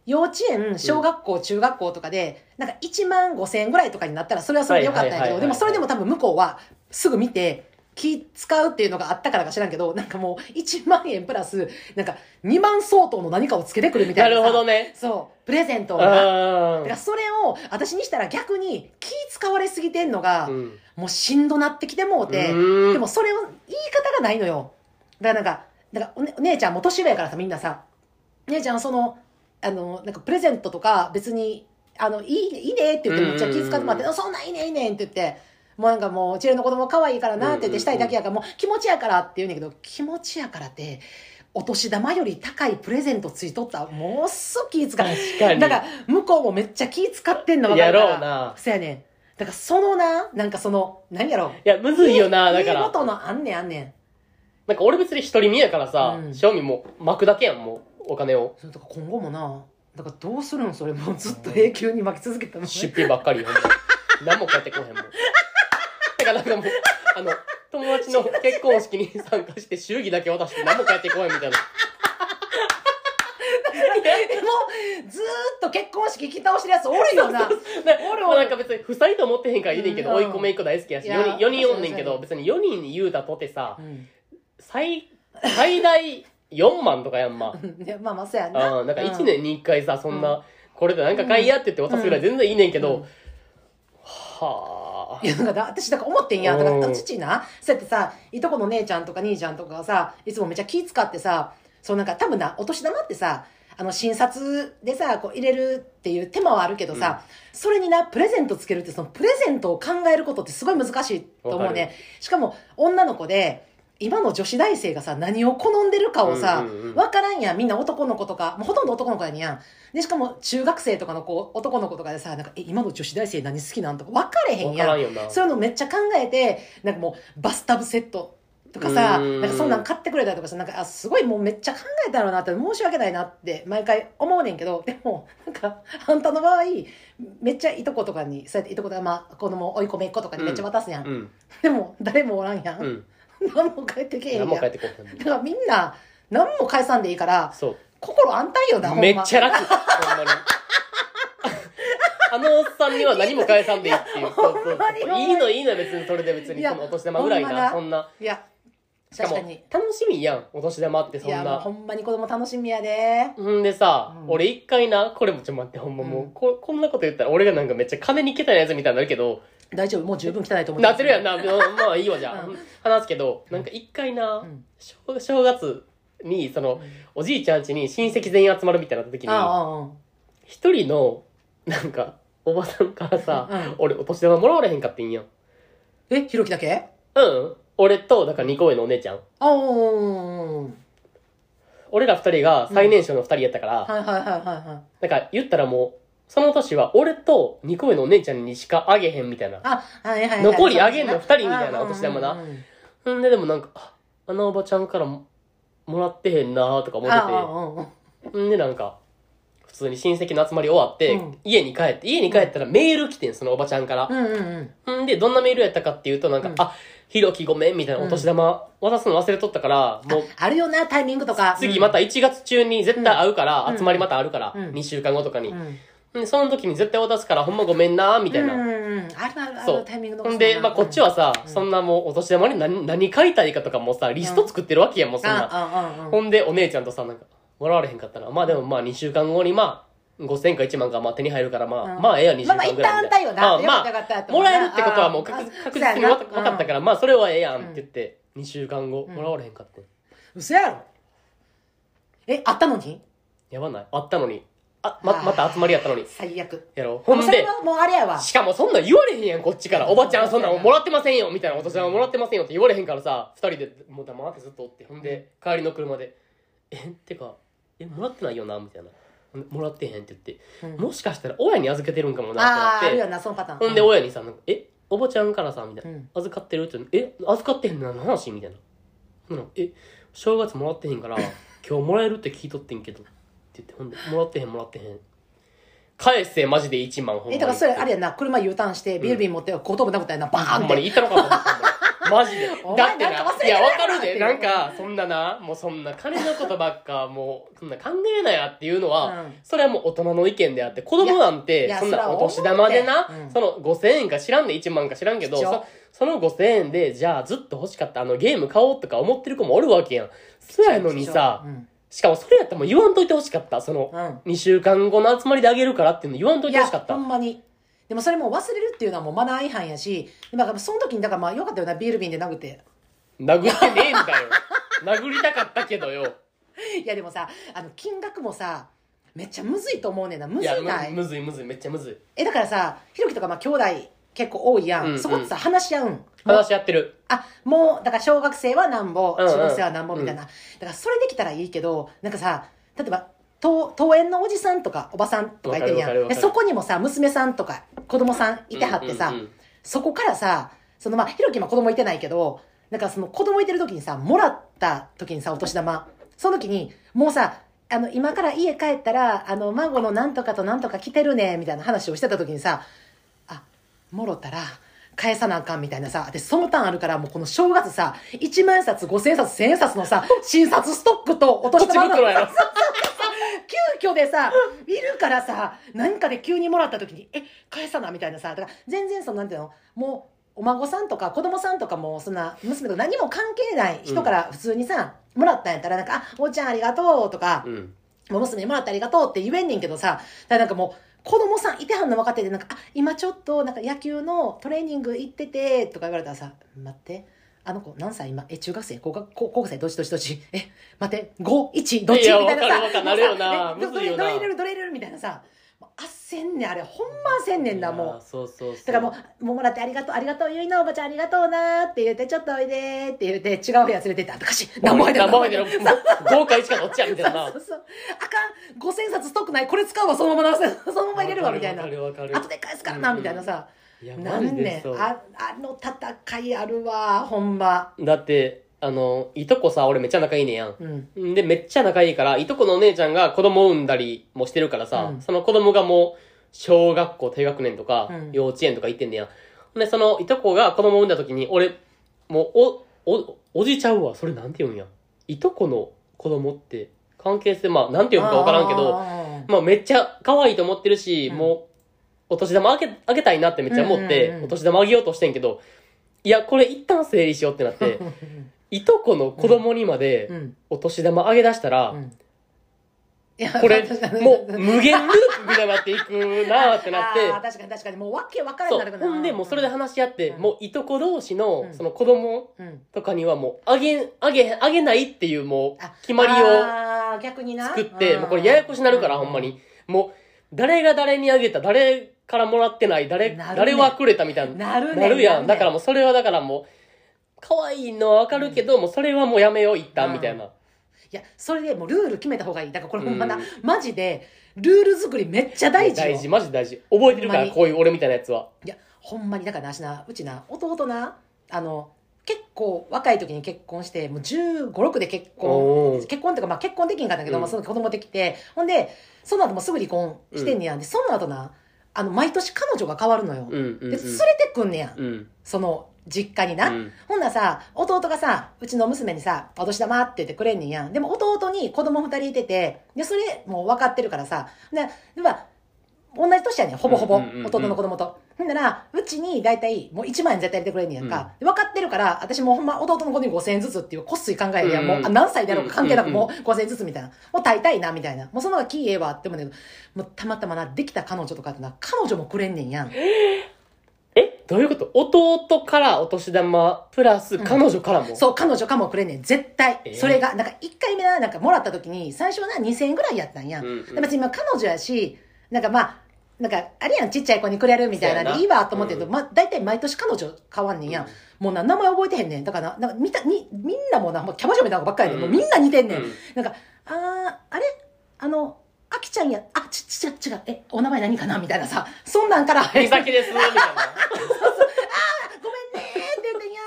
[SPEAKER 2] 幼稚園、小学校、中学校とかで、なんか1万5千円ぐらいとかになったら、それはそれでよかったんや
[SPEAKER 1] はい
[SPEAKER 2] け
[SPEAKER 1] はいはいはい
[SPEAKER 2] ど、でもそれでも多分向こうは、すぐ見て、気使うっていうのがあったからか知らんけど、なんかもう1万円プラス、なんか2万相当の何かをつけてくるみた
[SPEAKER 1] ない
[SPEAKER 2] な
[SPEAKER 1] る
[SPEAKER 2] さ。
[SPEAKER 1] ほどね
[SPEAKER 2] そう、プレゼントをな。
[SPEAKER 1] あ
[SPEAKER 2] だか
[SPEAKER 1] ー
[SPEAKER 2] らそれを私にしたら逆に気使われすぎてんのが、
[SPEAKER 1] うん
[SPEAKER 2] もうしんどなってきてもうて、
[SPEAKER 1] うん
[SPEAKER 2] でもそれを言い方がないのよ。だからなんか、だからお,、ね、お姉ちゃんも年上やからさみんなさ、姉ちゃんはその、あの、なんかプレゼントとか別に、あの、いいね、いいねって言ってめっちゃ気使ってもらって、
[SPEAKER 1] うん
[SPEAKER 2] あそんなんいいね、いいねって言って、もうなんかもう、うちの子供可愛いからなって
[SPEAKER 1] う
[SPEAKER 2] 言っ
[SPEAKER 1] ん
[SPEAKER 2] てしたいだけやから、もう気持ちやからって言うんだけど、気持ちやからって、お年玉より高いプレゼントついとったらもうすっき使う。
[SPEAKER 1] 確かに
[SPEAKER 2] だから、向こうもめっちゃ気使ってんの分かるから
[SPEAKER 1] やろうな
[SPEAKER 2] そやねん。だから、そのな、なんかその、何やろ
[SPEAKER 1] い
[SPEAKER 2] う。
[SPEAKER 1] やむずいよなだか
[SPEAKER 2] 家
[SPEAKER 1] ら
[SPEAKER 2] ごとのあんねんあんねん。
[SPEAKER 1] なんか俺別に独り身やからさ、
[SPEAKER 2] うん
[SPEAKER 1] 正味もう巻くだけやんもうお金を
[SPEAKER 2] それとか今後もな、だからどうするんそれもうずっと永久に巻き続けたもんね。
[SPEAKER 1] 出費ばっかりほんま何も返ってこへんもんだからなんかもうあの友達の結婚式に参加して祝儀だけ渡して何も返ってこへんみたいな
[SPEAKER 2] もう、ずーっと結婚式聞き倒してるやつおるよな。おる
[SPEAKER 1] もう
[SPEAKER 2] お
[SPEAKER 1] なん
[SPEAKER 2] る。
[SPEAKER 1] か別に負債と思ってへんからいいねんけど、
[SPEAKER 2] うん
[SPEAKER 1] 追い込め一個大好きやし
[SPEAKER 2] い
[SPEAKER 1] 4
[SPEAKER 2] や
[SPEAKER 1] 人四人おんねんけど
[SPEAKER 2] そう
[SPEAKER 1] 別に4人言うたとてさ
[SPEAKER 2] うん
[SPEAKER 1] 最最大4万とかやんま
[SPEAKER 2] いやまあまあ、そうやな。
[SPEAKER 1] あーなんか
[SPEAKER 2] う
[SPEAKER 1] 1年に1回さそんな、
[SPEAKER 2] う
[SPEAKER 1] これでなんか買いやって言って渡すぐらい全然いいねんけど、
[SPEAKER 2] うん
[SPEAKER 1] はいあ
[SPEAKER 2] や、なんかだ、私、だから思ってんや。だか
[SPEAKER 1] う
[SPEAKER 2] ら、
[SPEAKER 1] ん
[SPEAKER 2] 父な、そうやってさ、いとこの姉ちゃんとか兄ちゃんとかがさ、いつもめっちゃ気使ってさ、そうなんか、多分な、お年玉ってさ、あの、診察でさ、こう入れるっていう手間はあるけどさ、それにな、プレゼントつけるって、そのプレゼントを考えることってすごい難しいと思う
[SPEAKER 1] わか
[SPEAKER 2] ね。しかも、女の子で、今の女子大生がさ、何を好んでるかをさ、わ、
[SPEAKER 1] うんうんうん
[SPEAKER 2] からんやん。みんな男の子とか、もうほとんど男の子やねんやん。で、しかも、中学生とかの子、男の子とかでさ、なんか、え、今の女子大生何好きなんとか、分かれへん
[SPEAKER 1] 分
[SPEAKER 2] や
[SPEAKER 1] からん。
[SPEAKER 2] ん
[SPEAKER 1] よな
[SPEAKER 2] そういうのめっちゃ考えて、なんかもう、バスタブセットとかさ、
[SPEAKER 1] うん
[SPEAKER 2] なんかそんなん買ってくれたりとかさ、なんか、あ、すごいもうめっちゃ考えたろうなって、申し訳ないなって毎回思うねんけど、でも、なんか、あんたの場合、めっちゃいとことかに、そうやっていとことか、まあ、子供、追い込めっ子とかにめっちゃ渡すやん。
[SPEAKER 1] うん。
[SPEAKER 2] でも、誰もおらんやん。、
[SPEAKER 1] うんん。
[SPEAKER 2] 何も返ってけえへんや
[SPEAKER 1] 何
[SPEAKER 2] ん。
[SPEAKER 1] も
[SPEAKER 2] だ
[SPEAKER 1] 返っ
[SPEAKER 2] か
[SPEAKER 1] てこない。
[SPEAKER 2] らみんな、何も返さんでいいから、
[SPEAKER 1] そう。
[SPEAKER 2] 心安泰よな、ほんま。
[SPEAKER 1] めっちゃ楽。ほんまに。あのおっさんには何も返さんでいいっていう。そうそう
[SPEAKER 2] まに
[SPEAKER 1] そう。いいのいいの別にそれで別
[SPEAKER 2] い
[SPEAKER 1] に
[SPEAKER 2] や
[SPEAKER 1] そのお年玉ぐらい
[SPEAKER 2] ほんまな
[SPEAKER 1] な。そんな。
[SPEAKER 2] いや、
[SPEAKER 1] しか
[SPEAKER 2] 確
[SPEAKER 1] も
[SPEAKER 2] かに。
[SPEAKER 1] 楽しみやん。お年玉ってそ
[SPEAKER 2] い
[SPEAKER 1] ん
[SPEAKER 2] や、もう
[SPEAKER 1] な
[SPEAKER 2] ほ。んまに子供楽しみやで。
[SPEAKER 1] んでさ、
[SPEAKER 2] うん
[SPEAKER 1] 俺一回な、これもちょっと待って、ほんまもう、こ、こんなこと言ったら俺がなんかめっちゃ金に来たやつみたいになるけど、
[SPEAKER 2] 大丈夫、もう十分汚いと思う。
[SPEAKER 1] なってるやん な、まあいいわじゃあ
[SPEAKER 2] うん
[SPEAKER 1] 話すけど、なんか一回な
[SPEAKER 2] う、ん。
[SPEAKER 1] 正正月に、その、おじいちゃん家に親戚全員集まるみたいになった時
[SPEAKER 2] ああ、
[SPEAKER 1] に、
[SPEAKER 2] ああああ。
[SPEAKER 1] 一人の、なんか、おばさんからさ、
[SPEAKER 2] うん
[SPEAKER 1] 俺お年玉もらわれへんかってんやん。
[SPEAKER 2] え、ひろきだけ
[SPEAKER 1] うん。俺と、だから2個上のお姉ちゃん。
[SPEAKER 2] ああ、うん
[SPEAKER 1] 俺ら二人が最年少の二人やったから、
[SPEAKER 2] はいはいはいはいはい。
[SPEAKER 1] なんか言ったらもう、その年は俺と2個上のお姉ちゃんにしかあげへんみたいな。
[SPEAKER 2] あ、はいはいはい。
[SPEAKER 1] 残りあげんの
[SPEAKER 2] そう
[SPEAKER 1] 二人
[SPEAKER 2] で
[SPEAKER 1] み
[SPEAKER 2] すね
[SPEAKER 1] たいなお年玉な
[SPEAKER 2] うんうんうんうん
[SPEAKER 1] んででもなんか、ああのおばちゃんからももらってへんなーとか思
[SPEAKER 2] ああ
[SPEAKER 1] っ
[SPEAKER 2] うんうん
[SPEAKER 1] てて。んでなんか、普通に親戚の集まり終わって、
[SPEAKER 2] うん
[SPEAKER 1] 家に帰って、家に帰ったらメール来てん、そのおばちゃんから。
[SPEAKER 2] うんうんうん。
[SPEAKER 1] んで、どんなメールやったかっていうと、なんか、
[SPEAKER 2] うん
[SPEAKER 1] あ、ひろきごめんみたいなお年玉渡すの忘れとったから、もう
[SPEAKER 2] あるよな、タイミングとか。
[SPEAKER 1] 次また1月中に絶対会うから、
[SPEAKER 2] うん
[SPEAKER 1] 集まりまたあるから、
[SPEAKER 2] うん
[SPEAKER 1] 2週間後とかに
[SPEAKER 2] う、ん。
[SPEAKER 1] でその時に絶対渡すからほんまごめんなみたいな、
[SPEAKER 2] うんうんうん。あるあるあ
[SPEAKER 1] そう
[SPEAKER 2] るタイミングの
[SPEAKER 1] ほんで、まあ、こっちはさ、そんなもうお年玉に何何書いたらいいかとかもさリスト作ってるわけやんもうそんな、
[SPEAKER 2] あ、うんうんうん。
[SPEAKER 1] ほんでお姉ちゃんとさなんかもらわれへんかったらまあでもまあ2週間後にまあ5000か1万かまあ手に入るからまあ、
[SPEAKER 2] うん
[SPEAKER 1] まあええや2週
[SPEAKER 2] まあまあ
[SPEAKER 1] 間ぐらいみたいな
[SPEAKER 2] 一旦安泰よな
[SPEAKER 1] あま
[SPEAKER 2] よかったよかっ
[SPEAKER 1] あ
[SPEAKER 2] た
[SPEAKER 1] もらえるってことはもう確
[SPEAKER 2] あー
[SPEAKER 1] 確実に
[SPEAKER 2] そうやな
[SPEAKER 1] わ分かったからまあそれはええやんって言って2週間後
[SPEAKER 2] うん
[SPEAKER 1] もらわれへんかった、
[SPEAKER 2] 嘘やろ。え、あったのに
[SPEAKER 1] やばないあったのにあま
[SPEAKER 2] あー
[SPEAKER 1] また集まりやったのに
[SPEAKER 2] 最悪。
[SPEAKER 1] やろほ
[SPEAKER 2] もうんそれ
[SPEAKER 1] で
[SPEAKER 2] はもうあれやわ。
[SPEAKER 1] しかもそんなん言われへんやん、こっちから。おばちゃんそんなんもらってませんよみたいな、お年玉もらってませんよって言われへんからさ、二人でもう黙ってずっとおって。ほんで、帰りの車で、え、てか、え、もらってないよなみたいな。ほんでもらってへんって言って、
[SPEAKER 2] うん
[SPEAKER 1] もしかしたら親に預けてるんかもな
[SPEAKER 2] あ
[SPEAKER 1] っ
[SPEAKER 2] あ、あ
[SPEAKER 1] て
[SPEAKER 2] る
[SPEAKER 1] なっ
[SPEAKER 2] よな、そのパターン。
[SPEAKER 1] て。ほんで親にさ、なんか、え、おばちゃんからさ、みたいな。
[SPEAKER 2] うん
[SPEAKER 1] 預かってるって言うのえ、預かってへんの何の話みたいな。ほんならえ、正月もらってへ んから、今日もらえるって聞いとってんけど。って言って、ほんで、もらってへんもらってへん。返せ、マジで1万ほんまに
[SPEAKER 2] え、だからそれあれやな、車 U ターンして、ビール瓶持って、後頭部殴ったやな、バー
[SPEAKER 1] あ
[SPEAKER 2] ン
[SPEAKER 1] ん
[SPEAKER 2] って
[SPEAKER 1] ま。り行ったのかと思 ったマジで。
[SPEAKER 2] お前
[SPEAKER 1] だって
[SPEAKER 2] なんか忘れ
[SPEAKER 1] な、
[SPEAKER 2] て
[SPEAKER 1] い
[SPEAKER 2] るや
[SPEAKER 1] や、
[SPEAKER 2] ろ
[SPEAKER 1] わかる
[SPEAKER 2] っ
[SPEAKER 1] で。
[SPEAKER 2] て
[SPEAKER 1] なんか、そんなな、もうそんな金のことばっか、もう、そんな考えなやっていうのは、
[SPEAKER 2] うん
[SPEAKER 1] それはもう大人の意見であって、子供なん
[SPEAKER 2] い
[SPEAKER 1] て
[SPEAKER 2] や、
[SPEAKER 1] そん
[SPEAKER 2] そ
[SPEAKER 1] な
[SPEAKER 2] ら
[SPEAKER 1] お年玉でな
[SPEAKER 2] 思うてうん、
[SPEAKER 1] その5000円か知らんで1万か知らんけど、
[SPEAKER 2] 貴重
[SPEAKER 1] そその5000円で、じゃあずっと欲しかったあのゲーム買おうとか思ってる子もおるわけやん。そやのにさ
[SPEAKER 2] う、ん
[SPEAKER 1] しかもそれやったらもう言わんといて欲しかった。その、
[SPEAKER 2] うん。
[SPEAKER 1] 2週間後の集まりであげるからっていうの言わんとい
[SPEAKER 2] い
[SPEAKER 1] て
[SPEAKER 2] や
[SPEAKER 1] 欲しかった
[SPEAKER 2] ほ。んまにでもそれもう忘れるっていうのはもうマナー違反やしだからその時にだからまあよかったよなビール瓶で殴って
[SPEAKER 1] 殴ってねえんだよ。殴りたかったけどよ。
[SPEAKER 2] いやでもさあの金額もさめっちゃむずいと思うねんなむ
[SPEAKER 1] い
[SPEAKER 2] ず
[SPEAKER 1] や
[SPEAKER 2] いない
[SPEAKER 1] むむずいむずいめっちゃむずい
[SPEAKER 2] えだからさひろきとかまあ兄弟結構多いやん、
[SPEAKER 1] うんうん
[SPEAKER 2] そこってさ話し合うん
[SPEAKER 1] 話し合ってる
[SPEAKER 2] あもうだから小学生はなんぼ
[SPEAKER 1] うんうん
[SPEAKER 2] 中学生はなんぼみたいな、だからそれできたらいいけどなんかさ例えばと登園のおじさんとかおばさんとかいてるや
[SPEAKER 1] わかるわかるわ
[SPEAKER 2] ん
[SPEAKER 1] か
[SPEAKER 2] で
[SPEAKER 1] る
[SPEAKER 2] そこにもさ娘さんとか子供さんいてはってさ、
[SPEAKER 1] うんうんうん
[SPEAKER 2] そこからさ、そのまあ、ひろきも子供いてないけど、なんかその子供いてる時にさ、もらった時にさ、お年玉。その時に、もうさ、あの、今から家帰ったら、あの、孫のなんとかとなんとか来てるね、みたいな話をしてた時にさ、あ、もろたら、返さなあかんみたいなさ。で、そのターンあるから、もうこの正月さ、1万円札、5000円札、1000円札 のさ、新札ストックとお
[SPEAKER 1] ポ
[SPEAKER 2] 年
[SPEAKER 1] チ
[SPEAKER 2] 玉の
[SPEAKER 1] 袋 やろ
[SPEAKER 2] 急遽でさ、いるからさ、何かで急にもらった時に、え、返さなみたいなさ、だから全然その、なんていうの、もう、お孫さんとか子供さんとかも、そんな、娘とか何も関係ない人から普通にさ、もらったんやったら、なんか、あ、おーちゃんありがとうとか、
[SPEAKER 1] うん
[SPEAKER 2] もう娘にもらってありがとうって言えんねんけどさ、だからなんかもう、子供さんいてはんの分かってて、なんか、あ、今ちょっと、なんか野球のトレーニング行ってて、とか言われたらさ、待って、あの子何歳今え、中学生高学高高校生どっちどっちどっちえ、待って、5、1、どっちみ
[SPEAKER 1] いや
[SPEAKER 2] たいなさ。
[SPEAKER 1] わかるわかるなるよな
[SPEAKER 2] もうさ
[SPEAKER 1] むずいよ
[SPEAKER 2] ど
[SPEAKER 1] な
[SPEAKER 2] れどれ入れるどれ入れるみたいなさ、もうあっせんねん、あれ、ほんまあっせんねんな、
[SPEAKER 1] い
[SPEAKER 2] も
[SPEAKER 1] や
[SPEAKER 2] う
[SPEAKER 1] ー。そうそうそう
[SPEAKER 2] だからもう、もうもらってありがとう、ありがとう、ゆいのおばちゃんありがとうなーって言って、ちょっとおいでーって言って、違う部屋連れてって、あんたかし、名前だ
[SPEAKER 1] 名前だよもう豪華一かどっちやみたいな
[SPEAKER 2] そうそうそうあかん5000冊ストックないこれ使うわそのまま直せ そのまま入れるわみたいな
[SPEAKER 1] わかるわかるわ
[SPEAKER 2] 後
[SPEAKER 1] かる
[SPEAKER 2] で返すからな、
[SPEAKER 1] うんうん
[SPEAKER 2] みたいなさ
[SPEAKER 1] いや
[SPEAKER 2] な
[SPEAKER 1] マ
[SPEAKER 2] ん
[SPEAKER 1] ジ
[SPEAKER 2] ね
[SPEAKER 1] で
[SPEAKER 2] ん
[SPEAKER 1] そう
[SPEAKER 2] ああの戦いあるわほんま
[SPEAKER 1] だってあの、いとこさ、俺めっちゃ仲いいねやん。
[SPEAKER 2] うん。
[SPEAKER 1] んで、めっちゃ仲いいから、いとこのお姉ちゃんが子供を産んだりもしてるからさ、
[SPEAKER 2] うん
[SPEAKER 1] その子供がもう、小学校低学年とか、
[SPEAKER 2] うん
[SPEAKER 1] 幼稚園とか行ってんねや。ほんで、そのいとこが子供を産んだ時に、俺、もう、お、お、おじちゃうわ。それなんて言うんや。いとこの子供って、関係性、まあ、なんて言うんかわからんけど、
[SPEAKER 2] あー
[SPEAKER 1] まあ、めっちゃ可愛いと思ってるし、
[SPEAKER 2] うん
[SPEAKER 1] もう、お年玉あげ、あげたいなってめっちゃ思って、
[SPEAKER 2] うんうんうん
[SPEAKER 1] お年玉あげようとしてんけど、いや、これ一旦整理しようってな って、いとこの子供にまで、
[SPEAKER 2] うん。
[SPEAKER 1] お年玉あげ出したら、
[SPEAKER 2] うん。いや
[SPEAKER 1] これ
[SPEAKER 2] 確かに
[SPEAKER 1] もう無限ループみたいになっていくなーってなっ
[SPEAKER 2] あ
[SPEAKER 1] て、
[SPEAKER 2] ー確かに確かに。もうわけわからん
[SPEAKER 1] そ
[SPEAKER 2] なる
[SPEAKER 1] う、
[SPEAKER 2] から
[SPEAKER 1] ほんでもうそれで話し合って、
[SPEAKER 2] うん
[SPEAKER 1] もういとこ同士の
[SPEAKER 2] うん
[SPEAKER 1] その子供
[SPEAKER 2] うん。
[SPEAKER 1] とかにはもうあげ、あげ、あげないっていうも
[SPEAKER 2] あ
[SPEAKER 1] う決まりを
[SPEAKER 2] あー逆にな
[SPEAKER 1] 作って、もうこれややこしになるから、ほんま。
[SPEAKER 2] う
[SPEAKER 1] に。もう、誰が誰にあげた、誰からもらってない、誰、
[SPEAKER 2] なるね
[SPEAKER 1] 誰はくれたみたいな。
[SPEAKER 2] なるね。
[SPEAKER 1] なるやん。だから
[SPEAKER 2] も
[SPEAKER 1] もうそれはだからもう、可愛いのはわかるけど、もうそれはもうやめよう、一
[SPEAKER 2] うん
[SPEAKER 1] 旦、みたいな。
[SPEAKER 2] いや、それでもうルール決めた方がいい。だからこれほんまな、
[SPEAKER 1] うん
[SPEAKER 2] マジで、ルール作りめっちゃ大事よ。
[SPEAKER 1] 大事、マジ大事。覚えてるか
[SPEAKER 2] ほんま
[SPEAKER 1] ら、
[SPEAKER 2] に
[SPEAKER 1] こういう俺みたいなやつは。
[SPEAKER 2] いや、ほんまに、だからな、しな、うちな、弟な、あの、結構若い時に結婚して、もう15、6で結
[SPEAKER 1] お
[SPEAKER 2] 婚、
[SPEAKER 1] ー
[SPEAKER 2] 結婚っていうか、まあ結婚できんかったけど、
[SPEAKER 1] うん
[SPEAKER 2] まあその子供できて、ほんで、その後もすぐ離婚してんねやん。で、その後な、あの、毎年彼女が変わるのよ。
[SPEAKER 1] うんうんうん
[SPEAKER 2] で、連れてくんねやん。
[SPEAKER 1] うん
[SPEAKER 2] その、実家にな。
[SPEAKER 1] うん
[SPEAKER 2] ほんならさ、弟がさ、うちの娘にさ、お年玉って言ってくれんねんやん。でも弟に子供二人いてて、で、それもう分かってるからさ、で、でまあ同じ年やねん、ほぼほぼ、
[SPEAKER 1] うんうんうんうん
[SPEAKER 2] 弟の子供と。ほんなら、うちに大体、もう1万円絶対入れてくれんねんやんか。で分かってるから、私もうほんま弟の子に5000円ずつっていうこっすい考えでやん、
[SPEAKER 1] うん
[SPEAKER 2] もうあ何歳だろうか関係なく、
[SPEAKER 1] うんうんうん
[SPEAKER 2] もう5000円ずつみたいな。もう大体な、みたいな。もうその方がキーええわって思うんだけど、もうたまたまな、できた彼女とかってな、彼女もくれんねんやん。
[SPEAKER 1] えどういうこと弟からお年玉プラス
[SPEAKER 2] うん
[SPEAKER 1] 彼女からも、
[SPEAKER 2] そう、彼女かもくれんねん。絶対
[SPEAKER 1] え。ー
[SPEAKER 2] それが、なんか1回目な、なんかもらった時に、最初はな、2000円ぐらいやったんや。
[SPEAKER 1] うんうん
[SPEAKER 2] で別に今彼女やし、なんかまあ、なんか、あれやん、ちっちゃい子にくれるみたい
[SPEAKER 1] そうや
[SPEAKER 2] な
[SPEAKER 1] なん
[SPEAKER 2] で、いいわと思ってると、
[SPEAKER 1] う
[SPEAKER 2] まあ、大体毎年彼女変わんねんや。
[SPEAKER 1] うん
[SPEAKER 2] もうな、名前覚えてへんねん。だからな、なんか見た、に、みんなもうな、もうキャバ嬢みたいな子ばっかりやねん。
[SPEAKER 1] うん
[SPEAKER 2] もうみんな似てんねん。
[SPEAKER 1] うん
[SPEAKER 2] なんか、あー、あれあの、あきちゃんや、あ、ち、ち、ち、違う、え、お名前何かなみたいなさ、そんなんから、
[SPEAKER 1] 美咲ですみたいな
[SPEAKER 2] ごめんねーって言ってんや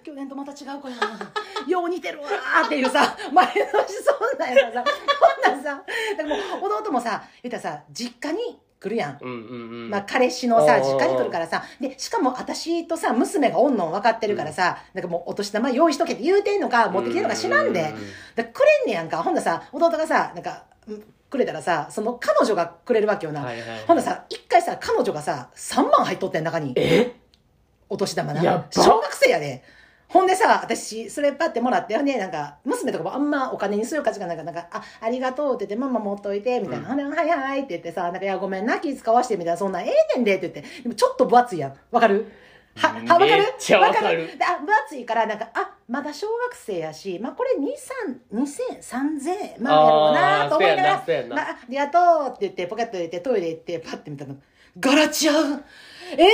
[SPEAKER 2] ー去年とまた違う子やなよう似てるわーっていうさ 前の年そんなんやからさそんなんさだからもう弟もさ言ったらさ実家に来るやん、
[SPEAKER 1] うんうんうん、
[SPEAKER 2] まあ、彼氏のさ
[SPEAKER 1] おー
[SPEAKER 2] 実家に来るからさでしかも私とさ娘がおんのん分かってるからさ、なんかもうお年玉用意しとけって言うてんのか持ってきてるのか知らんで、
[SPEAKER 1] うう
[SPEAKER 2] だからくれんねやんかほんならさ弟がさなんかうんくれたらさその彼女がくれるわけよな、
[SPEAKER 1] はいはい
[SPEAKER 2] ほんならさ一回さ彼女がさ3万入っとってん中に
[SPEAKER 1] え
[SPEAKER 2] お年玉
[SPEAKER 1] や
[SPEAKER 2] な
[SPEAKER 1] っ。ば
[SPEAKER 2] 小学生やで。ほんでさ、私、それパってもらって、ほんで、なんか、娘とかもあんまお金にする価値がないから、なんか、あ、ありがとうって言って、ママ持っといて、みたいな。
[SPEAKER 1] う
[SPEAKER 2] ほんで、はいはいって言ってさ、なんか、いや、ごめんな、気使わして、みたいな、そんなんええねんで、って言って。でも、ちょっと分厚いやん。わかるは、は、わかる
[SPEAKER 1] めっちゃわかる
[SPEAKER 2] であ、分厚いから、なんか、あ、まだ小学生やし、まあ、これ2、3、2000、3000、まあ、やろうな、と思いながら
[SPEAKER 1] あー、そうやなそうやな
[SPEAKER 2] まあ、ありがとうって言って、ポケット入れて、トイレ行って、パって見たの。ガラちゃうえ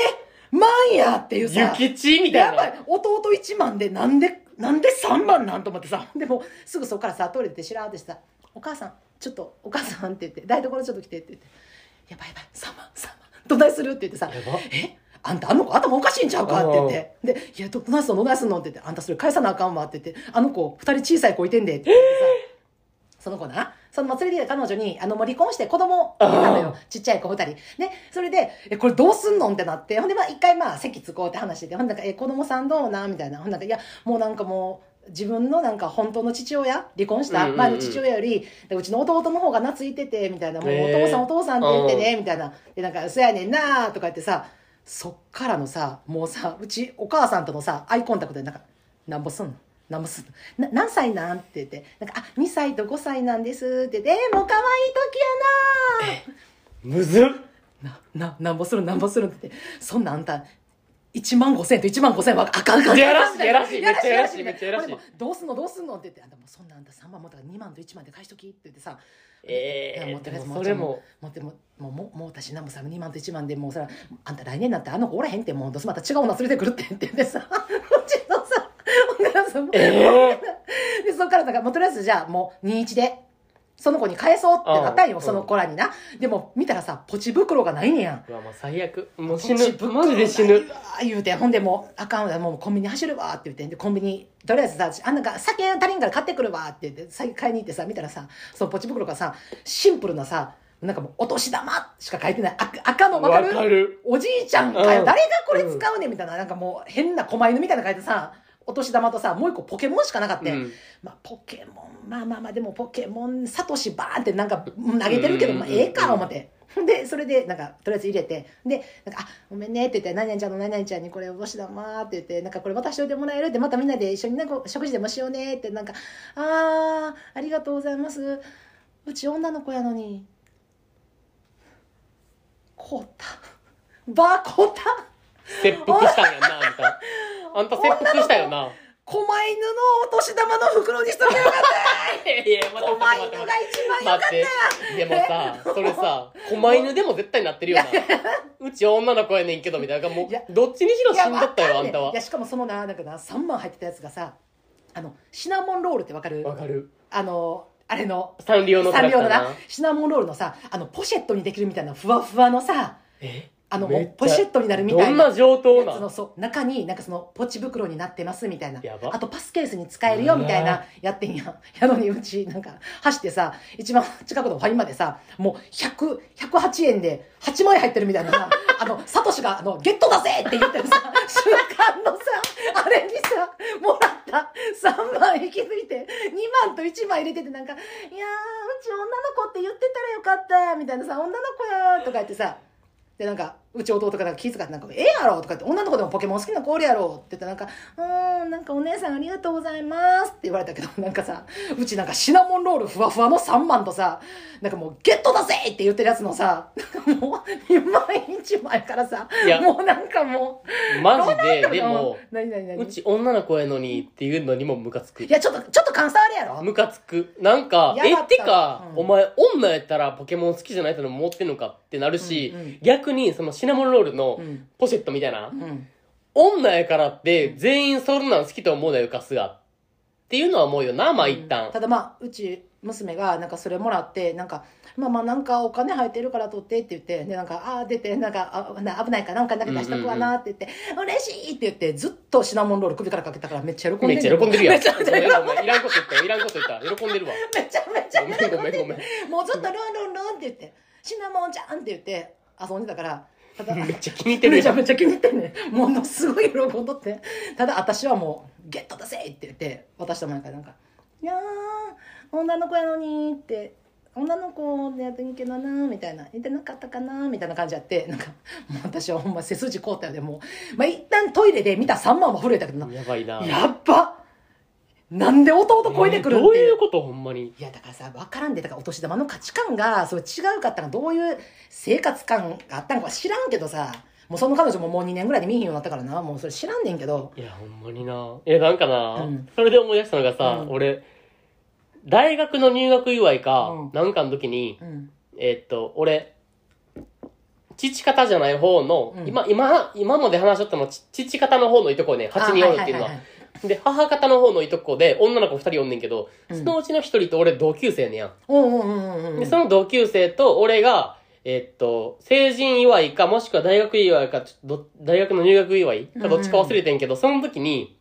[SPEAKER 2] 万やっていうさ。
[SPEAKER 1] 諭吉みたい
[SPEAKER 2] や
[SPEAKER 1] な
[SPEAKER 2] ばい弟1万でなんでなんで3万なんと思ってさ でもすぐそこからさトイレでしらーってしてさ「お母さんちょっとお母さん」って言って「台所ちょっと来て」って言って「やばいやばい3万3万どないする?」って言ってさ
[SPEAKER 1] やば
[SPEAKER 2] 「えあんたあの子頭おかしいんちゃうか?」って言って「でいやどどないすんのどないすんの?」って言って「あんたそれ返さなあかんわ」って言って「あの子2人小さい子いてんで」って言ってさその子な、そのまあ連れてきた彼女に、あの、もう離婚して子供いたのよ。ちっちゃい子二人。ね、それで、え、これどうすんのんってなって、ほんで、まあ、一回まあ、席つこうって話してて、ほんでなんか、え、子供さんどうなみたいな。ほんなんか、いや、もうなんかもう、自分のなんか本当の父親離婚し
[SPEAKER 1] う
[SPEAKER 2] た
[SPEAKER 1] んうんうん
[SPEAKER 2] 前の父親より、でうちの弟の方が懐いてて、みたいな、もうお
[SPEAKER 1] へえ
[SPEAKER 2] 父さんお父さんって言ってね、みたいな。で、なんか、そやねんなとか言ってさ、そっからのさ、もうさ、うちお母さんとのさ、アイコンタクトでなんか、なんぼすんのなんぼすんのな何歳なんって言って、なんか、あ、2歳と5歳なんですって言って、でも可愛い時や
[SPEAKER 1] むずっ
[SPEAKER 2] なな、な、なんぼするなんぼするって言って、そんなあんた、1万5千と1万5千はあかんあかん。
[SPEAKER 1] やらしいやらしい
[SPEAKER 2] やら
[SPEAKER 1] めっ
[SPEAKER 2] しい、
[SPEAKER 1] ちゃ
[SPEAKER 2] や
[SPEAKER 1] や
[SPEAKER 2] ら
[SPEAKER 1] ら
[SPEAKER 2] し
[SPEAKER 1] し
[SPEAKER 2] い。
[SPEAKER 1] いめっちゃやらしい
[SPEAKER 2] 俺もどうすんのどうすんのって言って、あんたもうそんなあんた3万もたから2万と1万で返しときって言ってさ、
[SPEAKER 1] え
[SPEAKER 2] いや
[SPEAKER 1] え
[SPEAKER 2] もうとりあえ
[SPEAKER 1] で
[SPEAKER 2] ずも
[SPEAKER 1] も
[SPEAKER 2] う
[SPEAKER 1] それも
[SPEAKER 2] もうでももうもうもう私なんもさ2万と1万でもうそらあんた来年になってあの子おらへんってもうどうせまた違う女連れてくるって言ってでさ うちのさお母さんも
[SPEAKER 1] ええ
[SPEAKER 2] でそっからだからもうとりあえずじゃあもう21でその子に返そうってなったんよ、
[SPEAKER 1] うん
[SPEAKER 2] その子らにな。でも、見たらさ、ポチ袋がないねやん。
[SPEAKER 1] うわもう最悪もう死
[SPEAKER 2] ポチ
[SPEAKER 1] ぬ
[SPEAKER 2] 袋
[SPEAKER 1] マジで死ぬ
[SPEAKER 2] うわー言うて、ほんでもう、あかんわ、もうコンビニ走るわーって言って、で、コンビニ、とりあえずさ、あんなんか酒足りんから買ってくるわーって言って、酒買いに行ってさ、見たらさ、そのポチ袋がさ、シンプルなさ、なんかもう、お年玉しか書いてない。赤赤のわか
[SPEAKER 1] わ
[SPEAKER 2] る
[SPEAKER 1] かる
[SPEAKER 2] おじいちゃんかよ、
[SPEAKER 1] うん
[SPEAKER 2] 誰がこれ使うねんみたいな、なんかもう変な狛犬みたいなの書いてさ、お年玉とさ、もう一個ポケモンしかなかった
[SPEAKER 1] う
[SPEAKER 2] よ、
[SPEAKER 1] ん
[SPEAKER 2] まあポケモン、まあまあまあ、でもポケモン、サトシバーンってなんかうん投げてるけど、
[SPEAKER 1] うん
[SPEAKER 2] まあええか、思って。で、それで、なんか、とりあえず入れて、で、なんか、あ、ごめんねって言って、何々ちゃんの何々ちゃんにこれお年玉って言って、なんかこれ渡しといてもらえるって、またみんなで一緒になんか食事でもしようねって、なんか、あー、ありがとうございます。うち女の子やのに、凍った。バー凍った。
[SPEAKER 1] 切腹したんやんなあんたあんた切腹したよな
[SPEAKER 2] 狛犬のお年玉の袋にしとけばよか っ
[SPEAKER 1] いやいや
[SPEAKER 2] た。
[SPEAKER 1] 待って待っ
[SPEAKER 2] 狛犬
[SPEAKER 1] て
[SPEAKER 2] が
[SPEAKER 1] 待
[SPEAKER 2] 一
[SPEAKER 1] って待ったてでもさ
[SPEAKER 2] 番よかっよ。
[SPEAKER 1] それさ狛犬でも絶対なってるよなうち女の子やねんけどみたいなも
[SPEAKER 2] いや
[SPEAKER 1] うどっちにしろ
[SPEAKER 2] い
[SPEAKER 1] 死
[SPEAKER 2] や
[SPEAKER 1] んどったよあ
[SPEAKER 2] わかね
[SPEAKER 1] んたはい
[SPEAKER 2] やしかもそのななんかな3万入ってたやつがさあのシナモンロールってわかる
[SPEAKER 1] わかる
[SPEAKER 2] あのあれの
[SPEAKER 1] サンリオのキャラ
[SPEAKER 2] 産
[SPEAKER 1] クタ
[SPEAKER 2] 業
[SPEAKER 1] ー
[SPEAKER 2] の
[SPEAKER 1] な
[SPEAKER 2] なシナモンロールのさあのポシェットにできるみたいなふわふわのさ
[SPEAKER 1] え
[SPEAKER 2] あの
[SPEAKER 1] めっちゃ
[SPEAKER 2] もうポシェットになるみたい
[SPEAKER 1] どん
[SPEAKER 2] な
[SPEAKER 1] な上等
[SPEAKER 2] やつの
[SPEAKER 1] な
[SPEAKER 2] そう中になんかそのポチ袋になってますみたいな
[SPEAKER 1] やば
[SPEAKER 2] あとパスケースに使えるよみたいう
[SPEAKER 1] わ
[SPEAKER 2] なやってん ややのにうちなんか走ってさ一番近くのファミマでさもう100 108円で8万円入ってるみたい なさあのサトシがあの「ゲットだぜ!」って言ってるさ瞬間のさあれにさもらった3万引き抜いて2万と1万入れててなんか「いやーうち女の子って言ってたらよかった」みたいなさ「女の子や」とか言ってさでなんかうち弟がなんか気遣ってなんか「ええやろ」とか言って「女の子でもポケモン好きな子おるやろ」って言ったらなんか「うーんなんかお姉さんありがとうございます」って言われたけど なんかさうちなんかシナモンロールふわふわの3万とさなんかもう「ゲットだぜ!」って言ってるやつのさなんかもう2万1枚からさ
[SPEAKER 1] いや
[SPEAKER 2] もうなんかもう
[SPEAKER 1] マジで
[SPEAKER 2] どうなったの
[SPEAKER 1] でも
[SPEAKER 2] 何何何
[SPEAKER 1] うち女の子やのにっていうのにもムカつく
[SPEAKER 2] いやちょっとちょっと感想あるやろ
[SPEAKER 1] ムカつくなんか
[SPEAKER 2] やだ
[SPEAKER 1] え
[SPEAKER 2] った
[SPEAKER 1] ってか、
[SPEAKER 2] うん
[SPEAKER 1] お前女やったらポケモン好きじゃないっての持ってんのかってなるし、
[SPEAKER 2] うんうん
[SPEAKER 1] 逆にそのシナモンロールの
[SPEAKER 2] うん
[SPEAKER 1] ポシェットみたいな、
[SPEAKER 2] うん
[SPEAKER 1] 女やからって全員そんなん好きと思うなよカスがっていうのは思うよなまあ一旦、
[SPEAKER 2] ただまあうち娘がなんかそれもらってなんかまあまあなんかお金入ってるから取ってって言ってでなんかああー出てなんかあな危ないからお金だけ出しとくわなって言って、嬉しいって言ってずっとシナモンロール首からかけたからめっちゃ喜んで
[SPEAKER 1] め
[SPEAKER 2] ん
[SPEAKER 1] っ
[SPEAKER 2] ね
[SPEAKER 1] ちゃ喜んでるやん。
[SPEAKER 2] めちゃめちゃ喜んでる
[SPEAKER 1] ごめんごめんいらんこと言ったよ。いらんこと言ったよ。喜んでるわ。
[SPEAKER 2] めちゃめちゃ喜んでる
[SPEAKER 1] ごめんごめんご
[SPEAKER 2] もうずっとルンルンルンって言ってシナモンちゃんって言って遊んでたからただ
[SPEAKER 1] めっちゃ気に入ってる
[SPEAKER 2] めちゃ
[SPEAKER 1] やん。
[SPEAKER 2] めちゃ気に入ってんねんものすごい喜んどってただ私はもう「ゲットだぜ!」って言って渡したもんやからなんか「いやー女の子やのに」って「女の子でやってんけどな」みたいな「言ってなかったかな」みたいな感じやってなんかもう私はほんま背筋凍ったよでもう、まあ、一旦トイレで見た3万は震えたけどな
[SPEAKER 1] やばいな。
[SPEAKER 2] やっばなんで弟超えてくるって
[SPEAKER 1] どういうことほんまに。
[SPEAKER 2] いやだからさ分からんでだからお年玉の価値観がそう違うかったらどういう生活感があったのか知らんけどさもうその彼女ももう2年ぐらいで見えへんようになったからなもうそれ知らんねんけど
[SPEAKER 1] いや、ほんまにな。いや、なんかな、
[SPEAKER 2] うん
[SPEAKER 1] それで思い出したのがさ、
[SPEAKER 2] うん
[SPEAKER 1] 俺、大学の入学祝いか、
[SPEAKER 2] うん
[SPEAKER 1] なんかの時に、
[SPEAKER 2] うん
[SPEAKER 1] えっと、俺、父方じゃない方の、
[SPEAKER 2] うん
[SPEAKER 1] 今、今、今まで話しとったの、ち父方の方のいとこね、8人おるっていうのは。
[SPEAKER 2] あいい
[SPEAKER 1] で、母方の方のいとこで、女の子2人おんねんけど、
[SPEAKER 2] うん
[SPEAKER 1] そのうちの1人と俺同級生ねやん。
[SPEAKER 2] うんうんうんうん
[SPEAKER 1] で、その同級生と俺が、えっと、成人祝いか、もしくは大学祝いか、ちょど大学の入学祝いか、どっちか忘れてんけど、その時に、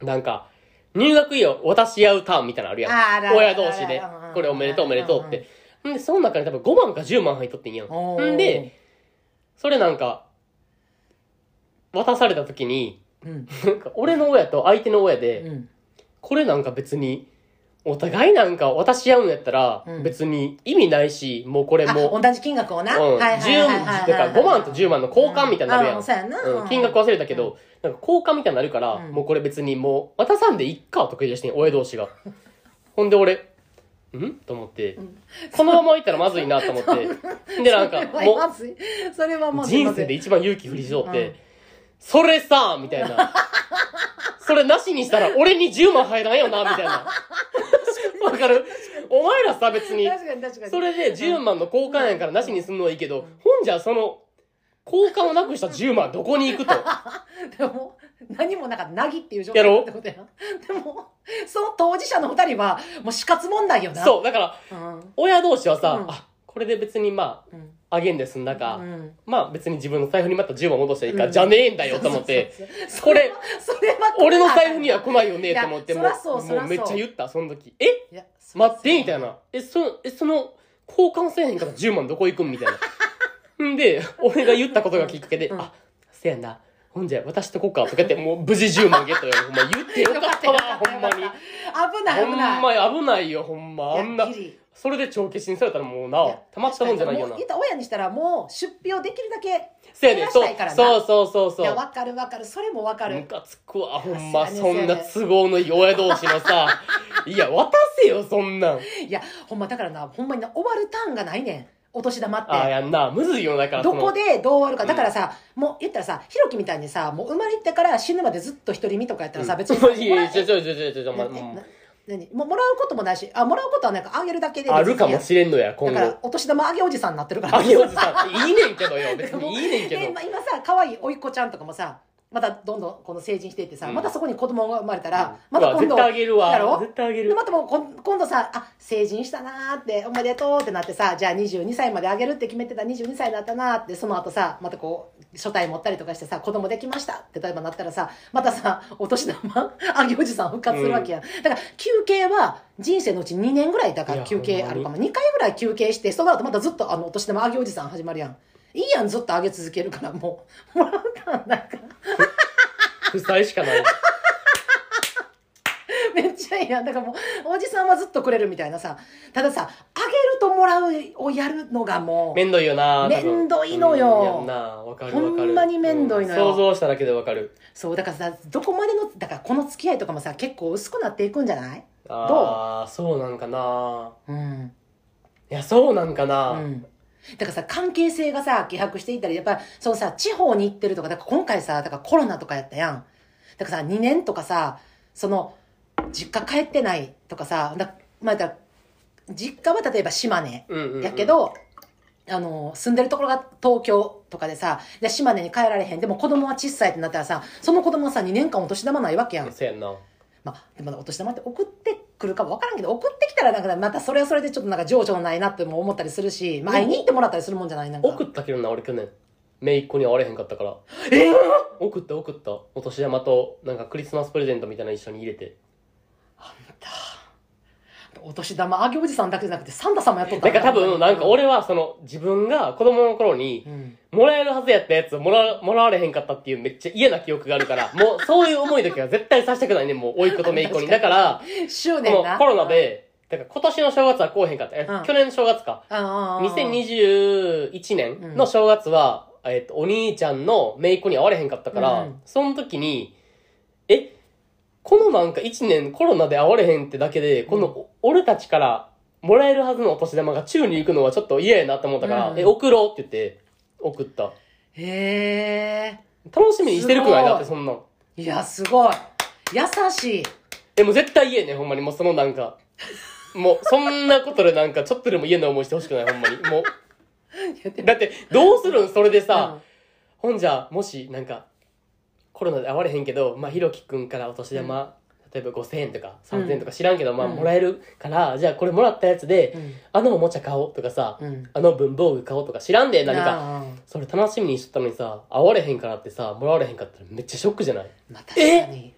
[SPEAKER 1] なんか、入学祝いを渡し合うターンみたいなのあるやん。
[SPEAKER 2] あらら
[SPEAKER 1] 親同士で
[SPEAKER 2] あららら、
[SPEAKER 1] これおめでとうおめでとうって。んで、その中に多分5万か10万入っとってんや
[SPEAKER 2] お
[SPEAKER 1] ん。
[SPEAKER 2] ー
[SPEAKER 1] んで、それなんか、渡された時に、
[SPEAKER 2] うん
[SPEAKER 1] なんか俺の親と相手の親で、
[SPEAKER 2] うん
[SPEAKER 1] これなんか別に、お互いなんか渡し合うんやったら
[SPEAKER 2] う、ん
[SPEAKER 1] 別に意味ないし、もうこれ
[SPEAKER 2] あ
[SPEAKER 1] もう、
[SPEAKER 2] 同じ金額をな、
[SPEAKER 1] うん、
[SPEAKER 2] はいはいはいはい
[SPEAKER 1] 10だから5万と10万の交換みたいになるやん、
[SPEAKER 2] うそうやな、
[SPEAKER 1] うん金額忘れたけど、なんか交換みたいになるから、
[SPEAKER 2] うん
[SPEAKER 1] もうこれ別にもう渡さんでいっかとか言い出してん親同士 がほんで俺んと思って、このままいったらまずいなと思ってでなんか
[SPEAKER 2] それは
[SPEAKER 1] も
[SPEAKER 2] まずいそれはも
[SPEAKER 1] う
[SPEAKER 2] う
[SPEAKER 1] 人生で一番勇気振り絞って、
[SPEAKER 2] うん
[SPEAKER 1] それさみたい なそれなしにしたら俺に10万入らんよなみたいなわかるお前らさ別に
[SPEAKER 2] 確かに確かに
[SPEAKER 1] それで10万の交換やからなしにすんのはいいけど、ほんじゃその、交換をなくした10万どこに行くと。
[SPEAKER 2] でも何もなんかなぎっていう状
[SPEAKER 1] やろ
[SPEAKER 2] 態ってことやんでもその当事者の二人はもう死活問題よな
[SPEAKER 1] そう、だから、
[SPEAKER 2] うん
[SPEAKER 1] 親同士はさ、
[SPEAKER 2] うん
[SPEAKER 1] あ、これで別にま
[SPEAKER 2] うん
[SPEAKER 1] あ、あげんで済んだか、
[SPEAKER 2] うん
[SPEAKER 1] まあ別に自分の財布にまた10万戻したらいいか、
[SPEAKER 2] うん
[SPEAKER 1] じゃねえんだよと思って、
[SPEAKER 2] そうそうそう
[SPEAKER 1] これ
[SPEAKER 2] それは
[SPEAKER 1] 俺の財布には来ないよねと思って、
[SPEAKER 2] い
[SPEAKER 1] も
[SPEAKER 2] や
[SPEAKER 1] う
[SPEAKER 2] そらそうそらそ
[SPEAKER 1] もう
[SPEAKER 2] う
[SPEAKER 1] めっちゃ言った、その時。え
[SPEAKER 2] いやそ
[SPEAKER 1] 待ってみたい
[SPEAKER 2] な
[SPEAKER 1] な。え、そ、え、その、交換せえへんから10万どこ行くんみたいな。 んで、俺が言ったことがきっかけで、
[SPEAKER 2] うん
[SPEAKER 1] あ、せやな。ほんじゃ、渡しとこうか、とか言って、もう無事10万ゲット よ。ほんま言ってよ
[SPEAKER 2] よ
[SPEAKER 1] か
[SPEAKER 2] かっ
[SPEAKER 1] ったた
[SPEAKER 2] よ
[SPEAKER 1] わ
[SPEAKER 2] かっ、た
[SPEAKER 1] ほんまに
[SPEAKER 2] よ。かった危ない
[SPEAKER 1] ほ
[SPEAKER 2] 危
[SPEAKER 1] ん
[SPEAKER 2] ない
[SPEAKER 1] まに危ないよ、ほんま。あんな
[SPEAKER 2] ギ、リ
[SPEAKER 1] それで帳消しにされたらもうな、たまったもんじゃないよな
[SPEAKER 2] もう。言ったら親にしたらもう出費をできるだけ
[SPEAKER 1] せやねん、
[SPEAKER 2] 減
[SPEAKER 1] そ
[SPEAKER 2] ら
[SPEAKER 1] う
[SPEAKER 2] したいからな
[SPEAKER 1] そうそうそうそ
[SPEAKER 2] いうや。わかるわかるそれもわか
[SPEAKER 1] ム
[SPEAKER 2] る
[SPEAKER 1] カつくわ、ほんま。
[SPEAKER 2] せ
[SPEAKER 1] そ
[SPEAKER 2] やね
[SPEAKER 1] ん
[SPEAKER 2] せや
[SPEAKER 1] な
[SPEAKER 2] ね
[SPEAKER 1] 都合のいい親同士のさ。いや、渡せよ、そんなん。
[SPEAKER 2] いやほんまだからなほんまにな終わるターンがないねんお年玉って
[SPEAKER 1] ああ、やんな。むずいよ、だから。
[SPEAKER 2] どこ
[SPEAKER 1] で
[SPEAKER 2] でどう終わる
[SPEAKER 1] う
[SPEAKER 2] か
[SPEAKER 1] ん
[SPEAKER 2] だからさ、もう言ったらさひろきみたいにさもう生まれてから死ぬまでずっと独り身とかやったらさ、別に さ
[SPEAKER 1] いやいや、
[SPEAKER 2] もら
[SPEAKER 1] ちょ
[SPEAKER 2] え
[SPEAKER 1] ちょちょちょちょ、ま、
[SPEAKER 2] なえ
[SPEAKER 1] も
[SPEAKER 2] な何もうもらうこともないしあもらうことはなんかあげるだけ
[SPEAKER 1] う
[SPEAKER 2] で
[SPEAKER 1] あるかもしれんのや、
[SPEAKER 2] だ
[SPEAKER 1] 今
[SPEAKER 2] から
[SPEAKER 1] 後。
[SPEAKER 2] お年玉あげおじさんになってるか ら
[SPEAKER 1] あげおじさん。いいねんけどよ、別に。いいねんけ
[SPEAKER 2] で
[SPEAKER 1] ど
[SPEAKER 2] ま。あ今さ可愛い甥っ子ちゃんとかもさまたどんどんこの成人していってさ、
[SPEAKER 1] うん
[SPEAKER 2] またそこに子供が生まれた
[SPEAKER 1] うん
[SPEAKER 2] ら、また
[SPEAKER 1] うわ
[SPEAKER 2] 今
[SPEAKER 1] 絶
[SPEAKER 2] 度
[SPEAKER 1] 対あげる
[SPEAKER 2] やろ
[SPEAKER 1] わ。絶対あげ
[SPEAKER 2] で
[SPEAKER 1] る。
[SPEAKER 2] またもうこん今度さあ成人したなーっておめでとうってなってさじゃあ22歳まであげるって決めてた22歳だったなーってその後さまたこう初体持ったりとかしてさ子供できましたって例えばなったらさまたさお年玉あげおじさん復活するわけやん、だから休憩は人生のうち2年ぐらいだか
[SPEAKER 1] いや
[SPEAKER 2] ら休憩あるか
[SPEAKER 1] ほん
[SPEAKER 2] も2回ぐらい休憩してその後またずっとあのお年玉あげおじさん始まるやんいいやんずっとあげ続けるからもう もらうたんなんか
[SPEAKER 1] 不採しかない。
[SPEAKER 2] めっちゃいいやんだからもうおじさんはずっとくれるみたいなさたださあげるともらうをやるのがもう
[SPEAKER 1] めんどいよな。 多分
[SPEAKER 2] めんどいのよ
[SPEAKER 1] うんやんな。わかるわかる。
[SPEAKER 2] ほんまにめんどいのよ
[SPEAKER 1] うん想像しただけでわかる。
[SPEAKER 2] そうだからさどこまでのだからこの付き合いとかもさ結構薄くなっていくんじゃない
[SPEAKER 1] ああ、そうなんかな。
[SPEAKER 2] うん、
[SPEAKER 1] いや、そうなんか
[SPEAKER 2] う
[SPEAKER 1] な。
[SPEAKER 2] ん、だからさ関係性がさ希薄していったりやっぱりそのさ地方に行ってるとかだから今回さだからコロナとかやったやんだからさ2年とかさその実家帰ってないとかさだまあだから実家は例えば島根
[SPEAKER 1] うんうんうん
[SPEAKER 2] やけ、ど、あの、住んでるところが東京とかでさ、で島根に帰られへん。でも子供は小さいってなったらさ、その子供はさ、2年間お年玉ないわけやん。
[SPEAKER 1] そうやんな。
[SPEAKER 2] まあ、でもお年玉って送ってくるかもわからんけど、送ってきたらなんかまたそれはそれでちょっとなんか情緒のないなっても思ったりするし、まあ、会いに行ってもらったりするもんじゃないなんか。
[SPEAKER 1] 送ったけどな、俺去年。姪っ子には会われへんかったから。
[SPEAKER 2] えー
[SPEAKER 1] 送った送った。お年玉と、なんかクリスマスプレゼントみたいなの一緒に入れて。
[SPEAKER 2] お年玉、あげおじさんだけじゃなくて、サンタさんもやっとった
[SPEAKER 1] なん
[SPEAKER 2] ん
[SPEAKER 1] か
[SPEAKER 2] だ
[SPEAKER 1] 多分、なんか、俺はその、自分が子供の頃に
[SPEAKER 2] う、ん。
[SPEAKER 1] もらえるはずやったやつをもら、もらわれへんかったっていうめっちゃ嫌な記憶があるから、もうそういう思いだけは絶対させたくないね、 もう、甥いっ子と姪っ子に。だから、
[SPEAKER 2] 執
[SPEAKER 1] こ
[SPEAKER 2] 念
[SPEAKER 1] の
[SPEAKER 2] な。
[SPEAKER 1] コロナ、で、だから今年の正月はこうへんかった。え
[SPEAKER 2] うん
[SPEAKER 1] 去年の正月か。
[SPEAKER 2] あー、
[SPEAKER 1] 2021年の正月は、えっと、お兄ちゃんの姪っ子に会われへんかったから、
[SPEAKER 2] うん
[SPEAKER 1] その時に、え、このなんか1年コロナで会われへんってだけで、この、
[SPEAKER 2] うん
[SPEAKER 1] お俺たちからもらえるはずのお年玉が宙に行くのはちょっと嫌やなと思ったから、
[SPEAKER 2] うん
[SPEAKER 1] え、送ろうって言って、送った。
[SPEAKER 2] へえ。
[SPEAKER 1] 楽しみにしてるくらい
[SPEAKER 2] すごい
[SPEAKER 1] だって、そんなん。
[SPEAKER 2] いや、すごい。優しい。
[SPEAKER 1] え、もう絶対言えねほんまに。もうそのなんか、もうそんなことでなんかちょっとでも嫌な思いしてほしくない、ほんまに。もう。だって、どうするんそれでさ、ほんじゃ、もし、なんか、コロナで会われへんけど、まあ、ひろきくんからお年玉、例えば5000円とか3000円とか知らんけど、まあ、
[SPEAKER 2] うん
[SPEAKER 1] もらえるから、じゃあこれもらったやつで、
[SPEAKER 2] うん
[SPEAKER 1] あのおもちゃ買おうとかさ、
[SPEAKER 2] うん
[SPEAKER 1] あの文房具買おうとか知らんで、何か。
[SPEAKER 2] なあ
[SPEAKER 1] それ楽しみにしとったのにさ、会われへんからってさ、もらわれへんかったらめっちゃショックじゃない
[SPEAKER 2] まあ、確かに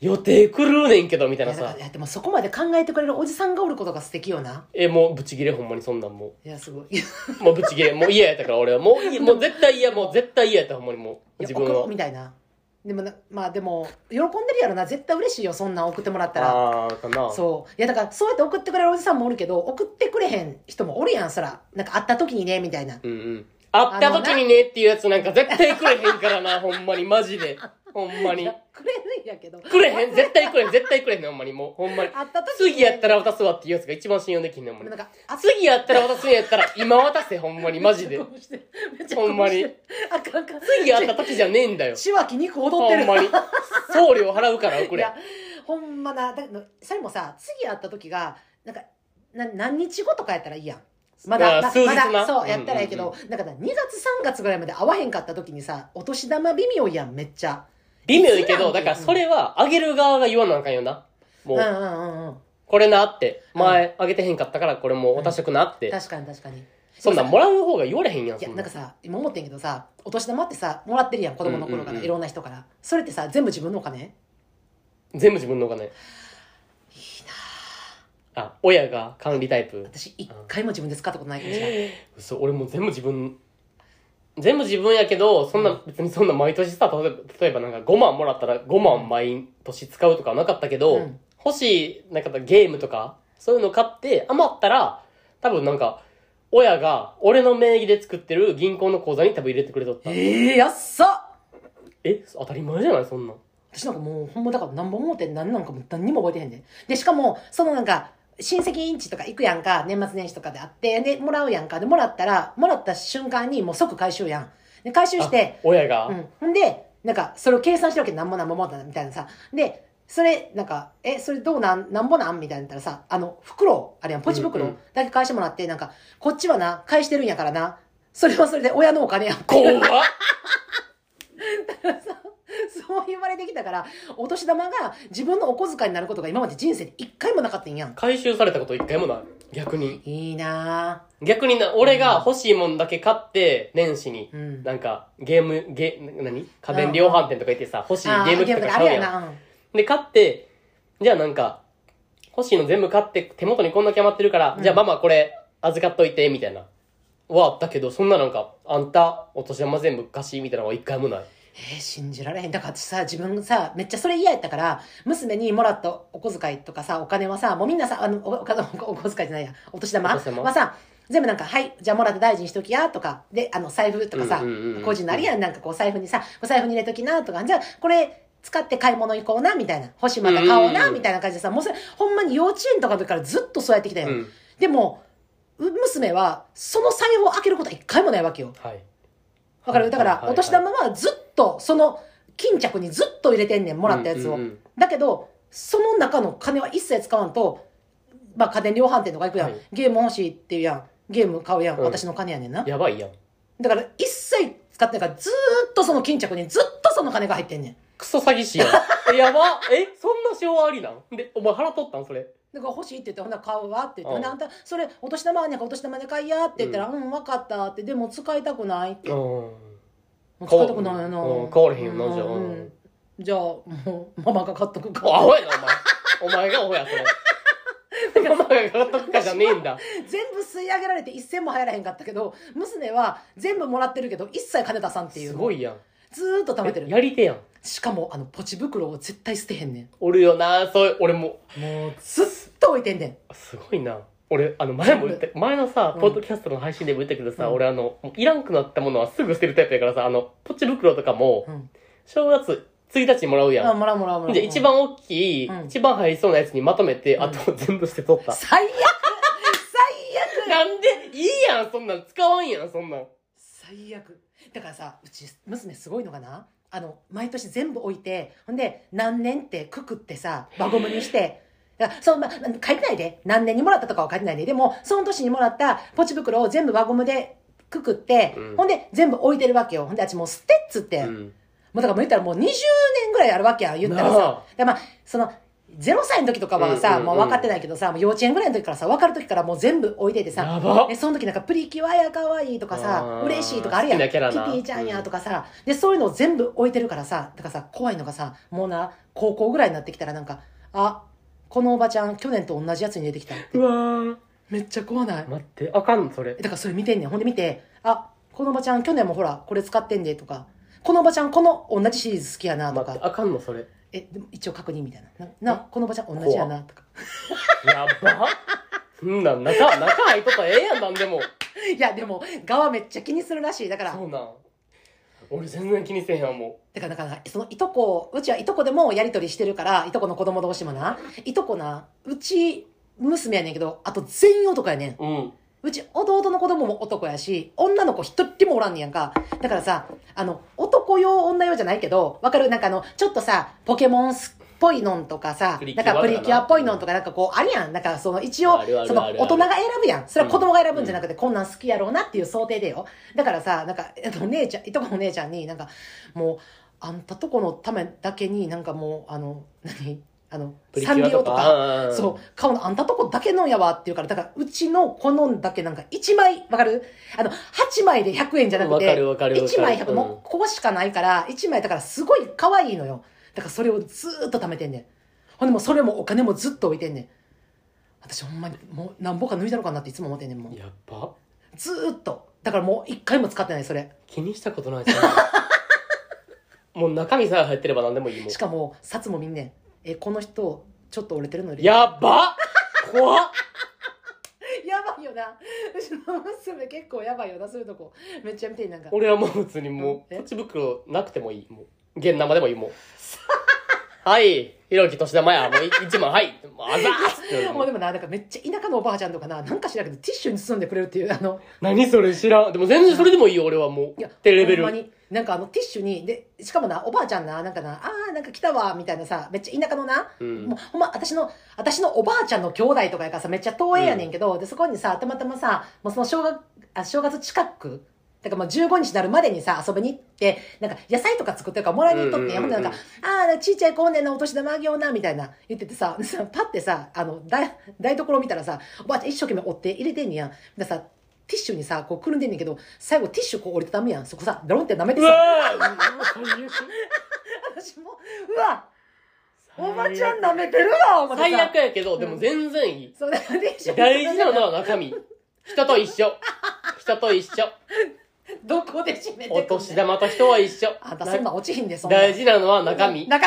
[SPEAKER 1] 予定狂うねんけど、みたい
[SPEAKER 2] いや
[SPEAKER 1] な
[SPEAKER 2] だから
[SPEAKER 1] さ
[SPEAKER 2] い。やでもそこまで考えてくれるおじさんがおることが素敵よな
[SPEAKER 1] え、もうブチギレほんまにそんなんも。
[SPEAKER 2] いやすごいいう
[SPEAKER 1] もうブチギレ。もう嫌やったから俺は。もういい、もう絶対嫌、もう絶対嫌やったほんまにもう。
[SPEAKER 2] や
[SPEAKER 1] 自分
[SPEAKER 2] 送ろ
[SPEAKER 1] は
[SPEAKER 2] う。みたいなでもなまあでも喜んでるやろな絶対嬉しいよそんなん送ってもらったら
[SPEAKER 1] ああ、かな。
[SPEAKER 2] そういやだからそうやって送ってくれるおじさんもおるけど送ってくれへん人もおるやんそらなんか会った時にねみたいな
[SPEAKER 1] うんうん。会った時にねっていうやつなんか絶対くれへんからな、ほんまに、マジで。ほんま
[SPEAKER 2] い
[SPEAKER 1] に
[SPEAKER 2] や。くれるんやけど
[SPEAKER 1] くれへん、絶対くれへん、絶対くれへんね、ほんまに、もう、ほんまに。
[SPEAKER 2] 会った時に
[SPEAKER 1] 次やったら渡すわっていうやつが一番信用できんねん、ほんま
[SPEAKER 2] なん
[SPEAKER 1] に。
[SPEAKER 2] かあ
[SPEAKER 1] 次やったら渡すんや ったら、今渡せ、ほんまに、マジで
[SPEAKER 2] めっ。ちゃ興奮してめっちゃ興奮して
[SPEAKER 1] ほんまに
[SPEAKER 2] あかんあかん
[SPEAKER 1] 次会った時じゃねえんだよ。
[SPEAKER 2] しわき肉踊っ
[SPEAKER 1] ほ
[SPEAKER 2] てる
[SPEAKER 1] んまに。送料払うから、こ
[SPEAKER 2] い
[SPEAKER 1] れ
[SPEAKER 2] や。ほんまなだけどそれもさ次会った時がなんかな何日後とかやったらいいやんまだ
[SPEAKER 1] あー
[SPEAKER 2] ま
[SPEAKER 1] 数日
[SPEAKER 2] ま
[SPEAKER 1] な
[SPEAKER 2] だそうやったらいいけど、
[SPEAKER 1] うんう
[SPEAKER 2] なんか2月3月ぐらいまで会わへんかった時にさお年玉微妙やんめっちゃ
[SPEAKER 1] 微妙やけど、
[SPEAKER 2] いつなんて
[SPEAKER 1] だからそれは、あげる側が言わなあかんよな。も
[SPEAKER 2] うんう
[SPEAKER 1] う、
[SPEAKER 2] んうんうん
[SPEAKER 1] これなって、
[SPEAKER 2] うん
[SPEAKER 1] 前あげてへんかったからこれもう渡しとくなって。
[SPEAKER 2] 確かに確かに
[SPEAKER 1] そんなんもらう方が言われへんやん、
[SPEAKER 2] い
[SPEAKER 1] そ
[SPEAKER 2] や
[SPEAKER 1] んな
[SPEAKER 2] な
[SPEAKER 1] ん
[SPEAKER 2] んかさ今思ってんけどさお年玉ってさもらってるやん子供の頃か
[SPEAKER 1] うんうん
[SPEAKER 2] ら
[SPEAKER 1] うん
[SPEAKER 2] いろんな人からそれってさ全部自分のお金
[SPEAKER 1] 全部自分のお金。あ、親が管理タイプ。
[SPEAKER 2] 私一回も自分で使ったことないかもしれない
[SPEAKER 1] 嘘、俺もう全部自分、全部自分やけど、そんな、別にそんな毎年さ、例えば例えばなんか5万もらったら5万毎年使うとかはなかったけど、
[SPEAKER 2] うん
[SPEAKER 1] 欲しい、なんかゲームとか、そういうの買って余ったら、多分なんか、親が俺の名義で作ってる銀行の口座に多分入れてくれとった。
[SPEAKER 2] ええやっさ
[SPEAKER 1] え、当たり前じゃないそんなん。
[SPEAKER 2] 私なんかもうほんまだから何本思って何なんかもう何にも覚えてへんででしかもそのなんか親戚インチとか行くやんか年末年始とかであってでもらうやんかでもらったらもらった瞬間にもう即回収やんで回収して
[SPEAKER 1] あ親が、
[SPEAKER 2] うん。ほんで、なんか、それを計算してるわけなんぼなんぼもだみたいなさ。で、それ、なんか、え、それどうなん、なんぼなんみたいなったらさ、あの、袋、あれやん、ポチ
[SPEAKER 1] う
[SPEAKER 2] 袋
[SPEAKER 1] んうん
[SPEAKER 2] だけ返してもらって、なんか、こっちはな、返してるんやからな。それはそれで親のお金やん。
[SPEAKER 1] 怖っ
[SPEAKER 2] そう言われてきたから、お年玉が自分のお小遣いになることが今まで人生で一回もなかったんやん。
[SPEAKER 1] 回収されたこと一回もない。逆に。
[SPEAKER 2] いいな
[SPEAKER 1] 逆にな、俺が欲しいもんだけ買って、年始に
[SPEAKER 2] ぁ。。うん。
[SPEAKER 1] なんか、ゲーム、ゲ、な何家電量販店とか行ってさ、欲しい
[SPEAKER 2] あ
[SPEAKER 1] ゲーム機とか
[SPEAKER 2] あ
[SPEAKER 1] 買う
[SPEAKER 2] れや
[SPEAKER 1] やん。
[SPEAKER 2] な。うん
[SPEAKER 1] で、買って、じゃあなんか、欲しいの全部買って、手元にこんだけ余ってるから、
[SPEAKER 2] うん
[SPEAKER 1] じゃあママこれ、預かっといて、みたいな。はあったけど、そんななんか、あんた、お年玉全部貸し、みたいなのは一回もない。
[SPEAKER 2] えー信じられへん。だから私さ、自分さ、めっちゃそれ嫌やったから、娘にもらったお小遣いとかさ、お金はさ、もうみんなさ、あの、おおおお小遣いじゃないや、お年玉
[SPEAKER 1] お年玉
[SPEAKER 2] はさ、全部なんか、はい、じゃあもらって大事にしときや、とか、で、あの、財布とかさ
[SPEAKER 1] うんうんうんうん、
[SPEAKER 2] 個人なりやん、なんかこう、財布にさ、お財布に入れときな、とか、じゃあ、これ、使って買い物行こうな、みたいな。欲しいまた買おう
[SPEAKER 1] うんうん
[SPEAKER 2] な、
[SPEAKER 1] うん
[SPEAKER 2] みたいな感じでさ、もうそれ、ほんまに幼稚園とかの時からずっとそうやってきた
[SPEAKER 1] う
[SPEAKER 2] よ。
[SPEAKER 1] ん。
[SPEAKER 2] でも、う娘は、その財布を開けることは一回もないわけよ。
[SPEAKER 1] はい。
[SPEAKER 2] わかるだか
[SPEAKER 1] はいはい
[SPEAKER 2] ら、
[SPEAKER 1] はい
[SPEAKER 2] お年玉はずっと、その、巾着にずっと入れてんねん、もらったやつ
[SPEAKER 1] うん
[SPEAKER 2] を。
[SPEAKER 1] うんうん
[SPEAKER 2] だけど、その中の金は一切使わんと、まあ家電量販店とか行くやん。
[SPEAKER 1] はい
[SPEAKER 2] ゲーム欲しいっていうやん。ゲーム買うやん。
[SPEAKER 1] うん
[SPEAKER 2] 私の金やねんな。
[SPEAKER 1] やばいやん。
[SPEAKER 2] だから、一切使ってないから、ずーっとその巾着にずっとその金が入ってんねん。
[SPEAKER 1] クソ詐欺師やん。えやばえそんな昭和ありなんで、お前払っとったんそれ。
[SPEAKER 2] だから欲しいって言って、ほんなら買うわって言
[SPEAKER 1] う
[SPEAKER 2] って、ほ
[SPEAKER 1] ん
[SPEAKER 2] んならあんた、それ、お年玉はねんからお年玉で買いやって言ったら、うん、分かったって、でも使いたくないって。
[SPEAKER 1] うん。
[SPEAKER 2] もう使いたくないよ
[SPEAKER 1] うん
[SPEAKER 2] な。
[SPEAKER 1] 買われへんよなじゃあ
[SPEAKER 2] うんじゃあ、もう、ママが買っとくか
[SPEAKER 1] もう。アホやな、お前。お前がアホや、それ。ママが買っとくかじゃねえんだ。
[SPEAKER 2] 全部吸い上げられて一銭も入らへんかったけど娘は全部もらってるけど一切金出さんっていう
[SPEAKER 1] すごいやん。
[SPEAKER 2] ずーっと貯めて
[SPEAKER 1] え
[SPEAKER 2] る
[SPEAKER 1] やり手やん。
[SPEAKER 2] しかもあのポチ袋を絶対捨てへんね
[SPEAKER 1] おるよな、そう、俺も。
[SPEAKER 2] んもうずっと置いてんねん
[SPEAKER 1] すごいな。俺、あの、前も言った、前のさ
[SPEAKER 2] う、ん
[SPEAKER 1] ポッドキャストの配信でも言ったけどさ、
[SPEAKER 2] うん
[SPEAKER 1] 俺あの、もういらんくなったものはすぐ捨てるタイプやからさ、あの、ポチ袋とかも、
[SPEAKER 2] うん
[SPEAKER 1] 正月1日にもらうや
[SPEAKER 2] あ
[SPEAKER 1] ん。
[SPEAKER 2] もらうもらうもらう
[SPEAKER 1] で、一番大きい、
[SPEAKER 2] うん
[SPEAKER 1] 一番入りそうなやつにまとめて、
[SPEAKER 2] うん
[SPEAKER 1] あと全部捨てとった。
[SPEAKER 2] 最悪最悪
[SPEAKER 1] なんで、いいやん、そんなん。使わんやん、そんなん。
[SPEAKER 2] 最悪だからさうち娘すごいのかなあの毎年全部置いてほんで何年ってくくってさ輪ゴム にしてだからそう、ま、書いてないで何年にもらったとかは書いてないででもその年にもらったポチ袋を全部輪ゴムでくくって、
[SPEAKER 1] うん
[SPEAKER 2] ほんで全部置いてるわけよほんであっちもう捨てっつって、
[SPEAKER 1] う。
[SPEAKER 2] もうんだからもう言ったらもう20年ぐらいあるわけや言ったら
[SPEAKER 1] な
[SPEAKER 2] さでまあその0歳の時とかはさ、
[SPEAKER 1] うんうんうん
[SPEAKER 2] もう分かってないけどさもう幼稚園ぐらいの時からさ分かる時からもう全部置いててさ
[SPEAKER 1] やば
[SPEAKER 2] えその時なんかプリキュアや可愛いとかさ
[SPEAKER 1] あー
[SPEAKER 2] 嬉しいとかあるやん
[SPEAKER 1] 好
[SPEAKER 2] ピ
[SPEAKER 1] きなキャラな
[SPEAKER 2] ピーちゃんやとかさ、でそういうのを全部置いてるからさだからさ怖いのがさもうな高校ぐらいになってきたらなんかあこのおばちゃん去年と同じやつに出てきた
[SPEAKER 1] うわー。
[SPEAKER 2] めっちゃ怖ない
[SPEAKER 1] 待って、あかん、それ。
[SPEAKER 2] だからそれ見てんねんほんで見てあこのおばちゃん去年もほらこれ使ってんでとかこのおばちゃんこの同じシリーズ好きやなと
[SPEAKER 1] 待って、
[SPEAKER 2] か
[SPEAKER 1] あかんの、それ。
[SPEAKER 2] えでも一応確認みたいなななこのおばちゃん同じやなとか
[SPEAKER 1] やばそんなん中、中入っとったらええやん、なんでも。
[SPEAKER 2] いやでも側めっちゃ気にするらしいだから
[SPEAKER 1] そうなん。俺全然気にせえへんわ、も
[SPEAKER 2] だから、だから、その、いとこ、うちはいとこでもやりとりしてるから、いとこの子供同士もな、いとこな、うち、娘やねんけど、あと全員男やねん。
[SPEAKER 1] う。うん。
[SPEAKER 2] うち、弟の子供も男やし、女の子一人もおらんねやんか。だからさ、あの、男用、女用じゃないけど、わかるなんかあの、ちょっとさ、ポケモンっぽいのんとかさ
[SPEAKER 1] プリ、キ
[SPEAKER 2] な
[SPEAKER 1] ュア
[SPEAKER 2] ん
[SPEAKER 1] とか
[SPEAKER 2] か
[SPEAKER 1] な
[SPEAKER 2] プリキュアっぽいのんとか、なんかこう、あるやん。なんかその、一応
[SPEAKER 1] あるあるあ、る
[SPEAKER 2] その、大人が選ぶやん。それは子供が選ぶんじゃなくて、こんなん好きやろうなっていう想定でよ。だからさ、なんか、えっと、姉ちゃん、いとこの姉ちゃんに、なんか、もう、あんたとこのためだけになんかもうあの何あの
[SPEAKER 1] プリキ
[SPEAKER 2] サンリ
[SPEAKER 1] ュア
[SPEAKER 2] オ
[SPEAKER 1] と
[SPEAKER 2] とか
[SPEAKER 1] か。うん
[SPEAKER 2] そう顔のあんたとこだけのやわっていうからだからうちのこのんだけなんか1枚わかるあの8枚で100円じゃなく
[SPEAKER 1] わか
[SPEAKER 2] て
[SPEAKER 1] るわかるわかる。
[SPEAKER 2] 1枚100
[SPEAKER 1] うん
[SPEAKER 2] もうここしかないから1枚だからすごい可愛いのよだからそれをずーっと貯めてんねんほんでもうそれもお金もずっと置いてんねん私ほんまにもう何本か抜いたのかなっていつも思ってんねんもう
[SPEAKER 1] やっぱ
[SPEAKER 2] ずーっとだからもう1回も使ってないそれ
[SPEAKER 1] 気にしたことないじゃ ん。もう中身さえ入ってれば何でもいいもん
[SPEAKER 2] し。かも札も見んねんえこの人ちょっと折れてるのに
[SPEAKER 1] やば怖っ
[SPEAKER 2] やばいよなうちの娘結構やばいよなそういうとこめっちゃ見てんなんか
[SPEAKER 1] 俺はもう普通にもう、
[SPEAKER 2] え
[SPEAKER 1] ポチ袋なくてもいい。もう、現生でもいいもん。はい、ひろきとしだまや。もうい一枚、はい。もうあざーっつって
[SPEAKER 2] もうでもななんかめっちゃ田舎のおばあちゃんとかななんかしらんけどティッシュに包んでくれるっていうあの
[SPEAKER 1] 何それ知らん。でも全然それでもいいよ、俺はも う。ってレベル。
[SPEAKER 2] ほんまになんかあのティッシュにでしかもなおばあちゃんななんかなあーなんか来たわみたいなさめっちゃ田舎のな、
[SPEAKER 1] うん
[SPEAKER 2] もうほんま私の私のおばあちゃんの兄弟とかやからさめっちゃ遠いやねんけど、でそこにさたまたまさもうその正月あ正月近くだからもう15日になるまでにさ遊びに行ってなんか野菜とか作ってるからもらいに行っとっ
[SPEAKER 1] う
[SPEAKER 2] て、
[SPEAKER 1] んうんうん
[SPEAKER 2] ほんでなんか「ああちっちゃい子おんねんなお年玉あげような」みたいな言っててさでさパッてさあの台台所見たらさおばあちゃん一生懸命折って入れてんねやんでさティッシュにさこうくるんでんねんけど最後ティッシュこう折りたたむやんそこさベロンって舐めて
[SPEAKER 1] う
[SPEAKER 2] さ
[SPEAKER 1] わーうわ最悪
[SPEAKER 2] 私もうわおばちゃん舐めてるわお前
[SPEAKER 1] 最悪やけど、でも全然いい。
[SPEAKER 2] そうだからティッシュ
[SPEAKER 1] 大事なのは中身。人と一緒。人と一緒。
[SPEAKER 2] どこで締めてくんね
[SPEAKER 1] お
[SPEAKER 2] ん
[SPEAKER 1] 年玉と人は一緒。
[SPEAKER 2] あんたそんなん落ちひんでそんなん
[SPEAKER 1] 大事なのは中身。
[SPEAKER 2] 中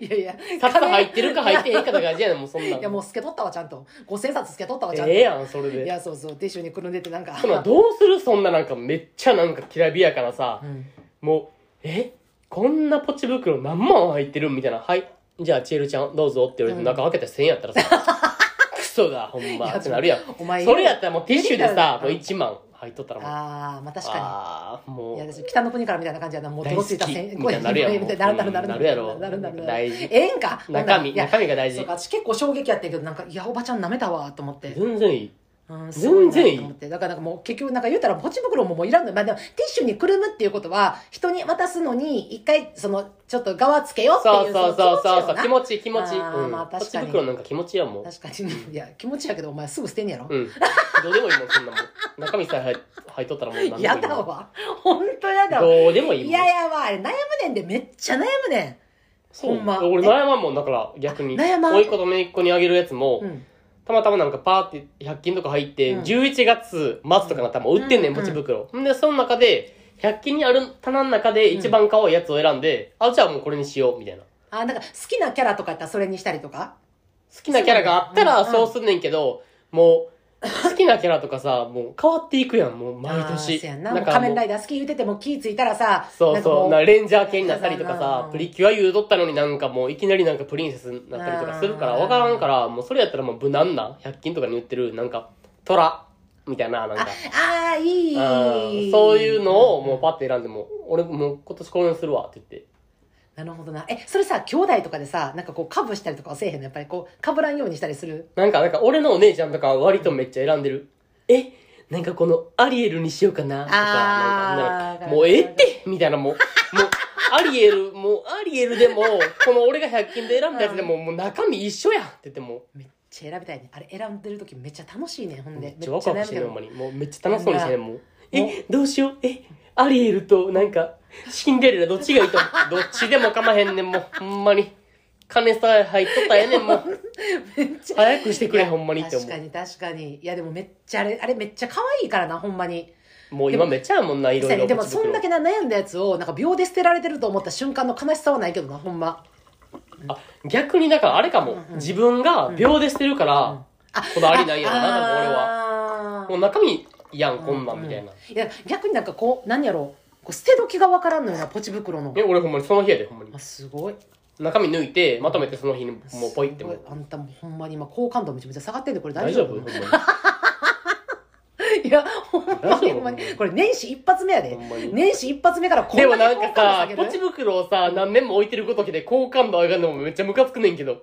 [SPEAKER 2] 身いやいや
[SPEAKER 1] 札入ってるか入ってへんかとか大事やねん、もうそんなん。
[SPEAKER 2] いやもう透け取ったわちゃんと五千冊透け取ったわちゃんと、
[SPEAKER 1] ええやん、それ
[SPEAKER 2] い
[SPEAKER 1] で。
[SPEAKER 2] やそうそうティッシュにくるんでてなんか
[SPEAKER 1] ほな、どうするそんななんかめっちゃなんかきらびやからさ
[SPEAKER 2] う。ん
[SPEAKER 1] もう、えこんなポチ袋何万入ってるみたいな。はい。じゃあ、ちえるちゃん、どうぞって言われて、
[SPEAKER 2] うん
[SPEAKER 1] 中開けたら1000円やったらさ、 クソだ、ほんま。ってなるやん。
[SPEAKER 2] お前
[SPEAKER 1] それやったらもうティッシュでさ、
[SPEAKER 2] う
[SPEAKER 1] も
[SPEAKER 2] ん
[SPEAKER 1] う1万入っとったらもう。
[SPEAKER 2] ああまあ確か
[SPEAKER 1] ああ、
[SPEAKER 2] にい
[SPEAKER 1] も
[SPEAKER 2] や
[SPEAKER 1] う。
[SPEAKER 2] 私北の国からみたいな感じやなもう
[SPEAKER 1] 大
[SPEAKER 2] ど
[SPEAKER 1] 好きみ
[SPEAKER 2] うついた千
[SPEAKER 1] たいになるやん。
[SPEAKER 2] みたいになるなるなる
[SPEAKER 1] なるやろ。
[SPEAKER 2] なるなるなる
[SPEAKER 1] 大事。
[SPEAKER 2] ええんか
[SPEAKER 1] 中身、
[SPEAKER 2] いや
[SPEAKER 1] 中身が大
[SPEAKER 2] そう
[SPEAKER 1] 事
[SPEAKER 2] か。私結構衝撃やったけどなんかいやおばちゃん舐めたわと思って、
[SPEAKER 1] 全然いい。
[SPEAKER 2] うん、すご
[SPEAKER 1] 全然いい
[SPEAKER 2] なと思ってだからなんかもう結局なんか言うたらポチ袋ももういらんのよ、まあ、でもティッシュにくるむっていうことは人に渡すのに一回そのちょっと側つけようって
[SPEAKER 1] そ
[SPEAKER 2] いう
[SPEAKER 1] うそうそうそうそう。
[SPEAKER 2] の
[SPEAKER 1] 気持ちいい気持ちいい。
[SPEAKER 2] あーまあ
[SPEAKER 1] うん。ポ
[SPEAKER 2] 確
[SPEAKER 1] チ
[SPEAKER 2] かに
[SPEAKER 1] 袋なんか気持ちいいやんもん。
[SPEAKER 2] 気持ちよな確かにいや気持ちやけどお前すぐ捨てんねやろ、
[SPEAKER 1] うん。どうでもいいもん、そんなもん。中身さえ入っ入っとったらもう何でもいいも
[SPEAKER 2] や
[SPEAKER 1] ん。
[SPEAKER 2] だわ本当やだわ
[SPEAKER 1] どうでもいいもん。
[SPEAKER 2] いややわあれ悩むねんでめっちゃ悩むね
[SPEAKER 1] そう
[SPEAKER 2] ほんま
[SPEAKER 1] 俺悩まんもん、だから逆に。
[SPEAKER 2] あ悩まん
[SPEAKER 1] 甥っ子と姪っ子にあげるやつも、
[SPEAKER 2] ん、うん、
[SPEAKER 1] たまたまなんかパーって100均とか入って、
[SPEAKER 2] うん
[SPEAKER 1] 11月末とかなったらもう売ってんねん、
[SPEAKER 2] うん
[SPEAKER 1] ポチ袋。んで、その中で、100均にある棚の中で一番可愛いやつを選んで、あ、じゃあもうこれにしよう、みたいな。
[SPEAKER 2] あなんか好きなキャラとかやったらそれにしたりとか
[SPEAKER 1] 好きなキャラがあったら
[SPEAKER 2] そうねうん
[SPEAKER 1] そうすんねんけど、もう、好きなキャラとかさ、もう変わっていくやん、もう毎
[SPEAKER 2] あ
[SPEAKER 1] 年。
[SPEAKER 2] ーそうやんなもう
[SPEAKER 1] か
[SPEAKER 2] 仮
[SPEAKER 1] も
[SPEAKER 2] 面
[SPEAKER 1] う
[SPEAKER 2] ライダー好き言うてても気ぃついたらさ
[SPEAKER 1] そうそう。な
[SPEAKER 2] なんかも
[SPEAKER 1] レンジャー系になったりとか
[SPEAKER 2] なんかな
[SPEAKER 1] さ、プリキュア言うとったのになんかもういきなりなんかプリンセスになったりとかするから
[SPEAKER 2] うん
[SPEAKER 1] わからんから、もうそれやったらもう無難な、100均とかに売ってるなんか、トラみたいな、なんか。
[SPEAKER 2] ああーい
[SPEAKER 1] う
[SPEAKER 2] い
[SPEAKER 1] んそういうのをもうパッて選んでも、俺もう今年公演するわって言って。
[SPEAKER 2] なるほどなえそれさ兄弟とかでさなんかこうかぶしたりとかはせえへんのやっぱりこうかぶらんようにしたりする
[SPEAKER 1] なんか、なんか俺のお姉ちゃんとかは割とめっちゃ選んでる。えなんかこのアリエルにしようかなとか、
[SPEAKER 2] あ
[SPEAKER 1] な
[SPEAKER 2] ー
[SPEAKER 1] んか、
[SPEAKER 2] わかる
[SPEAKER 1] もうええってみたいなもう、もう、アリエル、もうアリエルでも、この俺が100均で選んだやつでも、もう中身一緒やんって言ってもう、
[SPEAKER 2] めっちゃ選びたいねあれ選んでる時めっちゃ楽しいねほんで
[SPEAKER 1] めっちゃワクワクしてるほんま
[SPEAKER 2] に
[SPEAKER 1] にもうめっちゃ楽しそうにしてるもう
[SPEAKER 2] もう
[SPEAKER 1] えどうしようえアリエルとなんかシンデレラどっち がいいと思うどっちでもかまへんねんもうほんまに金さえ入っとったらええねんもう
[SPEAKER 2] めっちゃ
[SPEAKER 1] 早くしてくれほんまにって思
[SPEAKER 2] 確かに確かにいやでもめっちゃあれあれめっちゃ可愛いからなほんまに
[SPEAKER 1] うもう今めっちゃやもんないろいろ
[SPEAKER 2] でもそんだけな悩んだやつをなんか秒で捨てられてると思った瞬間の悲しさはないけどなほんま
[SPEAKER 1] あ逆にだからあれかも、自分が秒で捨てるから、
[SPEAKER 2] あ
[SPEAKER 1] こだわりないやろなでも俺は
[SPEAKER 2] は
[SPEAKER 1] もう中身やんこんなんみたいな、
[SPEAKER 2] いや逆になんかこう何やろうこう捨て時がわからんのよなポチ袋の
[SPEAKER 1] え俺ほんまにその日やでほんまに
[SPEAKER 2] あすごい
[SPEAKER 1] 中身抜いてまとめてその日にもうポイっても
[SPEAKER 2] す
[SPEAKER 1] う
[SPEAKER 2] ごいあんたもほんまに今好感度めちゃめちゃ下がってんでこれ大
[SPEAKER 1] 大
[SPEAKER 2] 丈
[SPEAKER 1] 丈
[SPEAKER 2] 夫
[SPEAKER 1] 夫ほんまに
[SPEAKER 2] いやほん
[SPEAKER 1] 大丈
[SPEAKER 2] ま
[SPEAKER 1] 夫
[SPEAKER 2] にほんまにこれ年始一発目やで
[SPEAKER 1] ほんまに
[SPEAKER 2] 年始一発目からこ
[SPEAKER 1] で
[SPEAKER 2] ん
[SPEAKER 1] も
[SPEAKER 2] な
[SPEAKER 1] な
[SPEAKER 2] に
[SPEAKER 1] んか
[SPEAKER 2] 好感
[SPEAKER 1] さ
[SPEAKER 2] 度、下
[SPEAKER 1] ポ
[SPEAKER 2] げ
[SPEAKER 1] チ
[SPEAKER 2] る
[SPEAKER 1] 袋をさ、何年も置いてることきで好感度上がるのもめっちゃムカつくねんけど。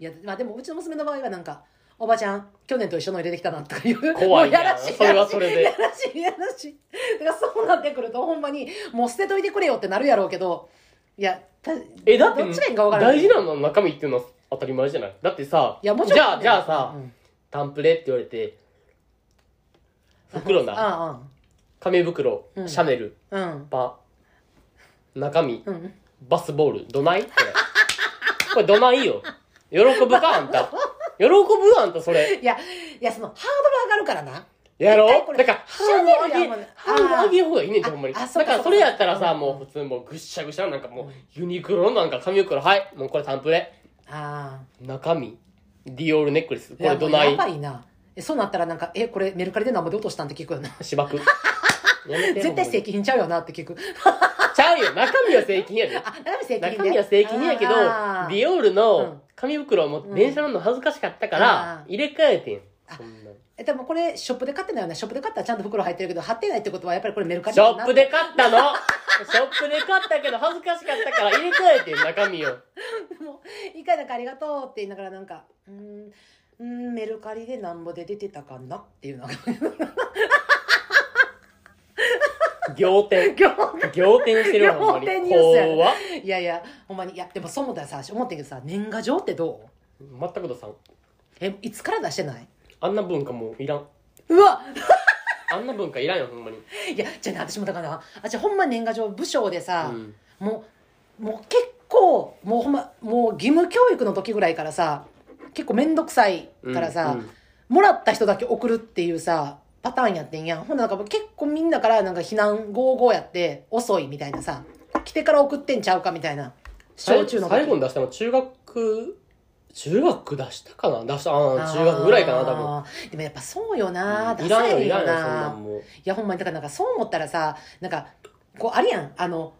[SPEAKER 2] いやまあでもうちの娘の場合はなんかおばちゃん、去年と一緒の入れてきたなとか言う。
[SPEAKER 1] 怖い
[SPEAKER 2] もう
[SPEAKER 1] な
[SPEAKER 2] やらしい。
[SPEAKER 1] それはそれで
[SPEAKER 2] やらしい、やらしい。だからそうなってくると、ほんまに、もう捨てといてくれよってなるやろうけど、いや、た
[SPEAKER 1] え、だって、
[SPEAKER 2] どっちがいいんか分からない。
[SPEAKER 1] 大事なのは中身っていうのは当たり前じゃないだってさ、
[SPEAKER 2] いや、もちろん。
[SPEAKER 1] じゃあ、じゃあさ、
[SPEAKER 2] うん
[SPEAKER 1] タンプレって言われて、袋な、
[SPEAKER 2] あ
[SPEAKER 1] 紙袋、
[SPEAKER 2] うん
[SPEAKER 1] シャネル、
[SPEAKER 2] あ、うん。
[SPEAKER 1] パン、中身、
[SPEAKER 2] うん。うん。
[SPEAKER 1] バスボール、どないこれ。これどないよ。喜ぶかあんた。喜ぶあんた、それ。
[SPEAKER 2] いや、いや、その、ハードル上がるからな。
[SPEAKER 1] や
[SPEAKER 2] 絶対
[SPEAKER 1] ろ
[SPEAKER 2] これ
[SPEAKER 1] だから、
[SPEAKER 2] シャネルや
[SPEAKER 1] ハードル
[SPEAKER 2] も
[SPEAKER 1] 上
[SPEAKER 2] ん
[SPEAKER 1] げ
[SPEAKER 2] ね、
[SPEAKER 1] ハードル上げようがいいねんて、
[SPEAKER 2] あ
[SPEAKER 1] ほんまに。
[SPEAKER 2] あ
[SPEAKER 1] だ
[SPEAKER 2] そう
[SPEAKER 1] か、
[SPEAKER 2] から
[SPEAKER 1] それやったらさ、
[SPEAKER 2] うん
[SPEAKER 1] もう普通もうぐっしゃぐしゃのなんかもう、ユニクロのなんか紙袋、はい、もうこれタンプレ。
[SPEAKER 2] あ
[SPEAKER 1] 中身、ディオールネックレス、こ
[SPEAKER 2] あ。
[SPEAKER 1] れどな
[SPEAKER 2] や
[SPEAKER 1] い
[SPEAKER 2] ばいな。えそうなったらなんか、え、これメルカリで何ぼで落としたんって聞くよな。
[SPEAKER 1] 芝 生。やめて
[SPEAKER 2] 絶対正規品ちゃうよなって聞く。
[SPEAKER 1] ちゃうよ、中身は正規やで。
[SPEAKER 2] あ、中身 正規品
[SPEAKER 1] 中
[SPEAKER 2] ね
[SPEAKER 1] 身は正規やけど、デ
[SPEAKER 2] あー
[SPEAKER 1] ィオール
[SPEAKER 2] うん
[SPEAKER 1] の紙袋はもう電車乗るの恥ずかしかったから
[SPEAKER 2] あ、ー
[SPEAKER 1] 入れ替えてん。そんな
[SPEAKER 2] えでもこれショップで買ってないよねショップで買ったらちゃんと袋入ってるけど貼ってないってことはやっぱりこれメルカリ
[SPEAKER 1] シ
[SPEAKER 2] だ
[SPEAKER 1] ョ
[SPEAKER 2] な
[SPEAKER 1] ップで買ったのショップで買ったけど恥ずかしかったから入れ替えてん、中身を。
[SPEAKER 2] もう一回なんかありがとうって言いながらなんかうーんうーんメルカリでなんぼで出てたかなっていうのが
[SPEAKER 1] 仰天。仰天してるわ、ほんまに。
[SPEAKER 2] 仰天ニュースやね
[SPEAKER 1] 怖っ
[SPEAKER 2] いやいやほんまにいやでもそう思ったらさ思ってんけどさ年賀状ってどう
[SPEAKER 1] 全くださん。
[SPEAKER 2] えいつから出してない
[SPEAKER 1] あんな文化もういらん。
[SPEAKER 2] うわ
[SPEAKER 1] あんな文化いらんよ、ほんまに。
[SPEAKER 2] いやじゃあね私もだからあじゃあほんま年賀状部署でさ、
[SPEAKER 1] うん
[SPEAKER 2] もうもう結構もうほんまもう義務教育の時ぐらいからさ結構面倒くさいからさ、
[SPEAKER 1] うんうん
[SPEAKER 2] もらった人だけ送るっていうさパターンやってんやんほんならなんか結構みんなからなんか避難合々やって遅いみたいなさ来てから送ってんちゃうかみたいな小中の時
[SPEAKER 1] 最後に出したの中学、中学出したかな出した、あー中学ぐらいかな、多分。
[SPEAKER 2] あーでもやっぱそうよな、
[SPEAKER 1] うん
[SPEAKER 2] 出
[SPEAKER 1] いら
[SPEAKER 2] さ
[SPEAKER 1] んよ、
[SPEAKER 2] れ
[SPEAKER 1] い
[SPEAKER 2] る
[SPEAKER 1] ら
[SPEAKER 2] よ
[SPEAKER 1] んよ、そんな
[SPEAKER 2] なん
[SPEAKER 1] もう。
[SPEAKER 2] いやほんまにだからなんかそう思ったらさなんかこうあるやんあの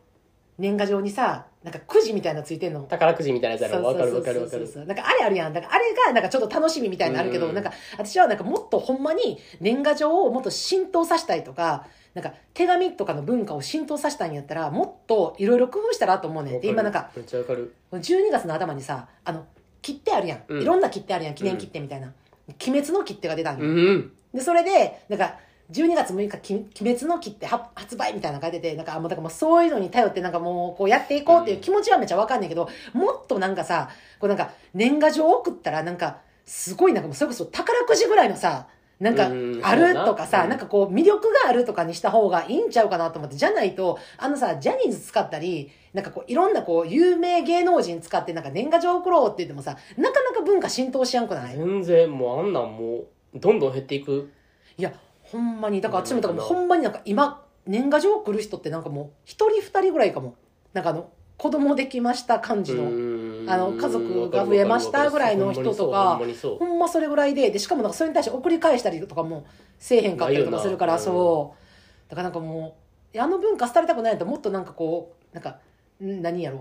[SPEAKER 2] 年賀状にさなんかくじみたいなのついてんの
[SPEAKER 1] 宝くじみたいなやつや
[SPEAKER 2] そう
[SPEAKER 1] ろ。わ
[SPEAKER 2] そう
[SPEAKER 1] かる
[SPEAKER 2] そ
[SPEAKER 1] わ
[SPEAKER 2] う
[SPEAKER 1] かるわ
[SPEAKER 2] そう
[SPEAKER 1] か
[SPEAKER 2] そう
[SPEAKER 1] る。
[SPEAKER 2] そうなんかあれあるやんなんかあれがなんかちょっと楽しみみたいなのあるけど、
[SPEAKER 1] うん
[SPEAKER 2] なんか私はなんかもっとほんまに年賀状をもっと浸透させたいとかなんか手紙とかの文化を浸透させたいんやったらもっといろいろ工夫したらと思うねんで今なんか
[SPEAKER 1] めっちゃわかる。
[SPEAKER 2] 12月の頭にさあの切手あるやん、
[SPEAKER 1] うん
[SPEAKER 2] いろんな切手あるやん記念切手みたいな、鬼滅の切手が出たんよ、
[SPEAKER 1] うん。
[SPEAKER 2] でそれでなんか12月6日き「鬼滅の木」っては発売みたいなの書いててなんかあもうだからもうそういうのに頼ってなんかもうこうやっていこうっていう気持ちはめちゃわかんないけど、もっとなんかさこうなんか年賀状送ったらなんかすごいなんかもうそれこそ宝くじぐらいのさなんか
[SPEAKER 1] うん
[SPEAKER 2] あるとか
[SPEAKER 1] そうやな
[SPEAKER 2] さ、
[SPEAKER 1] うん
[SPEAKER 2] なんかこう魅力があるとかにした方がいいんちゃうかなと思ってじゃないとあのさジャニーズ使ったりなんかこういろんなこう有名芸能人使ってなんか年賀状送ろうって言ってもさなかなか文化浸透しやんくない
[SPEAKER 1] 全然もうあんなんもうどんどん減っていく
[SPEAKER 2] いやほんまにだから私もだからもう
[SPEAKER 1] うん
[SPEAKER 2] ほんまになんか今年賀状来る人ってなんかもう一人二人ぐらいかもなんかあの子供できました感じのあ
[SPEAKER 1] あ
[SPEAKER 2] の家族が増えましたぐらいの人とか
[SPEAKER 1] ほんまにそうほんまにそう
[SPEAKER 2] ほんまそれぐらいででしかもなんかそれに対して送り返したりとかもせえへんかったりとかするから
[SPEAKER 1] ないよな
[SPEAKER 2] そうだからなんかもういやあの文化廃れたくないともっとなんかこうなんかん何やろう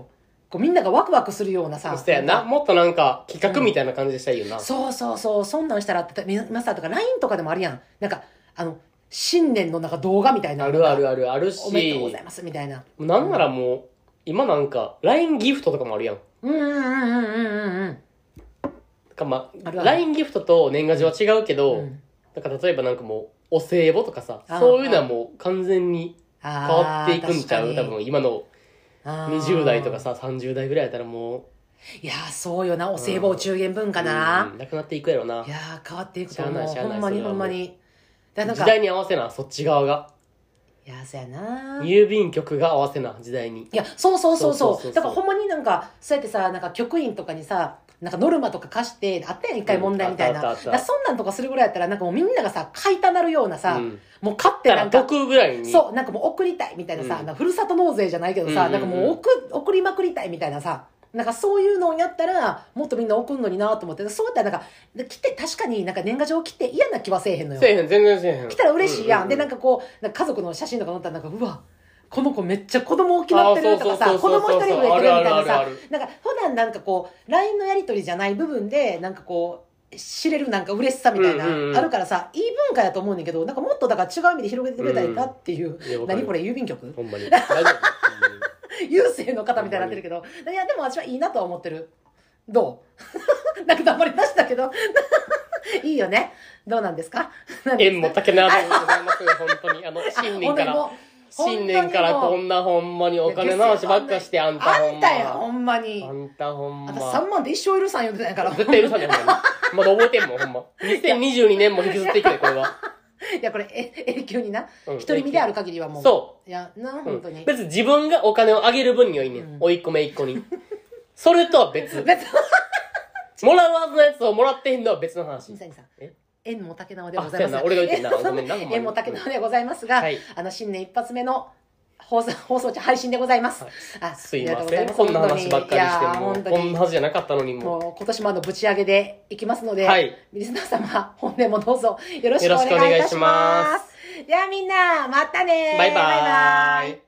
[SPEAKER 2] こうみんながワクワクするようなさ
[SPEAKER 1] そうやなもっとなんか企画みたいな感じでしたらいいよな、
[SPEAKER 2] そうそうそう、そんなんしたらって、皆さんとか LINE とかでもあるやん。なんか、あの、新年のなんか動画みたいな。
[SPEAKER 1] あるあ
[SPEAKER 2] なん
[SPEAKER 1] る
[SPEAKER 2] か
[SPEAKER 1] あるあるし
[SPEAKER 2] おめでとうございますみたいな。
[SPEAKER 1] なんならもう今なんか LINE ギフトとかもあるやん
[SPEAKER 2] うんうんうんうんうんうん。
[SPEAKER 1] かま
[SPEAKER 2] あるある
[SPEAKER 1] LINE ギフトと年賀状は違うけど、
[SPEAKER 2] うん
[SPEAKER 1] だから例えばなんかもうお歳暮とかさ
[SPEAKER 2] あー
[SPEAKER 1] そういうのはもう完全に変わ
[SPEAKER 2] あ
[SPEAKER 1] っ
[SPEAKER 2] ー
[SPEAKER 1] ていくんちゃう多
[SPEAKER 2] 確かに
[SPEAKER 1] 分今の
[SPEAKER 2] あー
[SPEAKER 1] 20代とかさ30代ぐらいやったらも
[SPEAKER 2] いやーそうよなお歳暮お中元文
[SPEAKER 1] う
[SPEAKER 2] 化な
[SPEAKER 1] うん、なくなっていくやろない
[SPEAKER 2] やー変わっていくと思う
[SPEAKER 1] しゃあないしゃあ
[SPEAKER 2] ほ
[SPEAKER 1] ない
[SPEAKER 2] んまに
[SPEAKER 1] それ
[SPEAKER 2] ほ
[SPEAKER 1] は
[SPEAKER 2] ん
[SPEAKER 1] もう
[SPEAKER 2] まにだから
[SPEAKER 1] 時
[SPEAKER 2] なんかい
[SPEAKER 1] 代に合わせなそっち側が
[SPEAKER 2] やそうやな
[SPEAKER 1] 郵便局が合わせな時代に
[SPEAKER 2] いや、そうそうそうそう。
[SPEAKER 1] そうそうそうそう
[SPEAKER 2] だからほんまになんか、そうやってさ、なんか局員とかにさ、なんかノルマとか貸して、あったやん、一回問題みたいな。
[SPEAKER 1] うんあったあったあった
[SPEAKER 2] だからそんなんとかするぐらいやったら、なんかもうみんながさ、買いたなるようなさ、
[SPEAKER 1] うん
[SPEAKER 2] もう買って
[SPEAKER 1] だから
[SPEAKER 2] なんか、
[SPEAKER 1] 僕ぐらいに
[SPEAKER 2] そう、なんかもう送りたいみたいなさ、
[SPEAKER 1] うん
[SPEAKER 2] なんかふるさと納税じゃないけどさ、
[SPEAKER 1] うん
[SPEAKER 2] なんかもう送送りまくりたいみたいなさ、なんかそういうのをやったら、もっとみんな送るのになと思って、そうやったらなんか、で来て、確かになんか年賀状来て嫌な気はせえへんのよ。
[SPEAKER 1] せえへん全然せえへん
[SPEAKER 2] 来たら嬉しいや
[SPEAKER 1] う
[SPEAKER 2] ん。
[SPEAKER 1] うう
[SPEAKER 2] で、なんかこう、なんか家族の写真とか載ったら、なんか、うわ、この子めっちゃ子供決まってるとか
[SPEAKER 1] あ
[SPEAKER 2] さ、
[SPEAKER 1] そう
[SPEAKER 2] 子
[SPEAKER 1] そうそう
[SPEAKER 2] 供
[SPEAKER 1] そう
[SPEAKER 2] 一人増えてるみたいな
[SPEAKER 1] あるあるある
[SPEAKER 2] さ
[SPEAKER 1] ある、
[SPEAKER 2] なんか普段なんかこう、LINE のやりとりじゃない部分で、なんかこう、知れるなんか嬉しさみたいな、
[SPEAKER 1] うんうんうん
[SPEAKER 2] あるからさ、いい文化やと思うねんだけど、なんかもっとだから違う意味で広げてくれたりなっていう、
[SPEAKER 1] うんいやわかる
[SPEAKER 2] 何これ郵便局
[SPEAKER 1] ほんまに大丈夫ほんまに
[SPEAKER 2] 郵政の方みたいになってるけど、い や、でも私はいいなとは思ってる。どう なんか黙り出したけど、いいよね。どうなんですか何で す
[SPEAKER 1] 縁
[SPEAKER 2] か
[SPEAKER 1] も竹縄でございますよ、本当に。 あの、新年か
[SPEAKER 2] あ
[SPEAKER 1] ら。
[SPEAKER 2] ほんでもう
[SPEAKER 1] 新年から
[SPEAKER 2] 本当
[SPEAKER 1] こ
[SPEAKER 2] にも
[SPEAKER 1] んなほんまに
[SPEAKER 2] う
[SPEAKER 1] お金の話ばっかして、あんた
[SPEAKER 2] あ
[SPEAKER 1] ほん
[SPEAKER 2] ん
[SPEAKER 1] ま。
[SPEAKER 2] たや、ほ
[SPEAKER 1] あ
[SPEAKER 2] んまに。
[SPEAKER 1] んたほんま
[SPEAKER 2] あんた。3万で一生許さん言うてたんやから。
[SPEAKER 1] 絶対許さんねん、ほんま に。まだ覚えてんもん、ほんま。2022年も引きずっていける、これ は。
[SPEAKER 2] いや、これ、え永久にな。
[SPEAKER 1] うん
[SPEAKER 2] 独り身である限りはもう。。
[SPEAKER 1] そう
[SPEAKER 2] いや、な、
[SPEAKER 1] う
[SPEAKER 2] 本当
[SPEAKER 1] ん。
[SPEAKER 2] に。
[SPEAKER 1] 別に自分がお金をあげる分にはいいね
[SPEAKER 2] う
[SPEAKER 1] ん。
[SPEAKER 2] ん
[SPEAKER 1] おいっ子めいっ子に。それとは別。
[SPEAKER 2] 別に。
[SPEAKER 1] もらうはずのやつをもらってへんのは別の話
[SPEAKER 2] 新。谷さん
[SPEAKER 1] え。
[SPEAKER 2] 縁も竹縄でご
[SPEAKER 1] あ、そ
[SPEAKER 2] ざ
[SPEAKER 1] う
[SPEAKER 2] い
[SPEAKER 1] や
[SPEAKER 2] ま
[SPEAKER 1] な。
[SPEAKER 2] す。
[SPEAKER 1] 俺が言ってん な。ごめんな。ほんまに
[SPEAKER 2] 縁も竹縄でございますが、
[SPEAKER 1] はい
[SPEAKER 2] あの、新年一発目の放送、放送中配信でございます。
[SPEAKER 1] はい
[SPEAKER 2] あ
[SPEAKER 1] すいま
[SPEAKER 2] あり
[SPEAKER 1] せ
[SPEAKER 2] が
[SPEAKER 1] ん。
[SPEAKER 2] と
[SPEAKER 1] こ
[SPEAKER 2] うんござ
[SPEAKER 1] ない
[SPEAKER 2] ます
[SPEAKER 1] 話ばっかりして、
[SPEAKER 2] いやー
[SPEAKER 1] もう、
[SPEAKER 2] 本当
[SPEAKER 1] こん
[SPEAKER 2] に
[SPEAKER 1] な。はずじゃなかったのに、もう。
[SPEAKER 2] もう今年もあのぶち上げでいきますので、
[SPEAKER 1] はい
[SPEAKER 2] 皆様本年もどうぞよろしくお
[SPEAKER 1] よろ
[SPEAKER 2] 願いいたします。
[SPEAKER 1] しくお願いしま
[SPEAKER 2] ではみんなまたね
[SPEAKER 1] バイバーイ。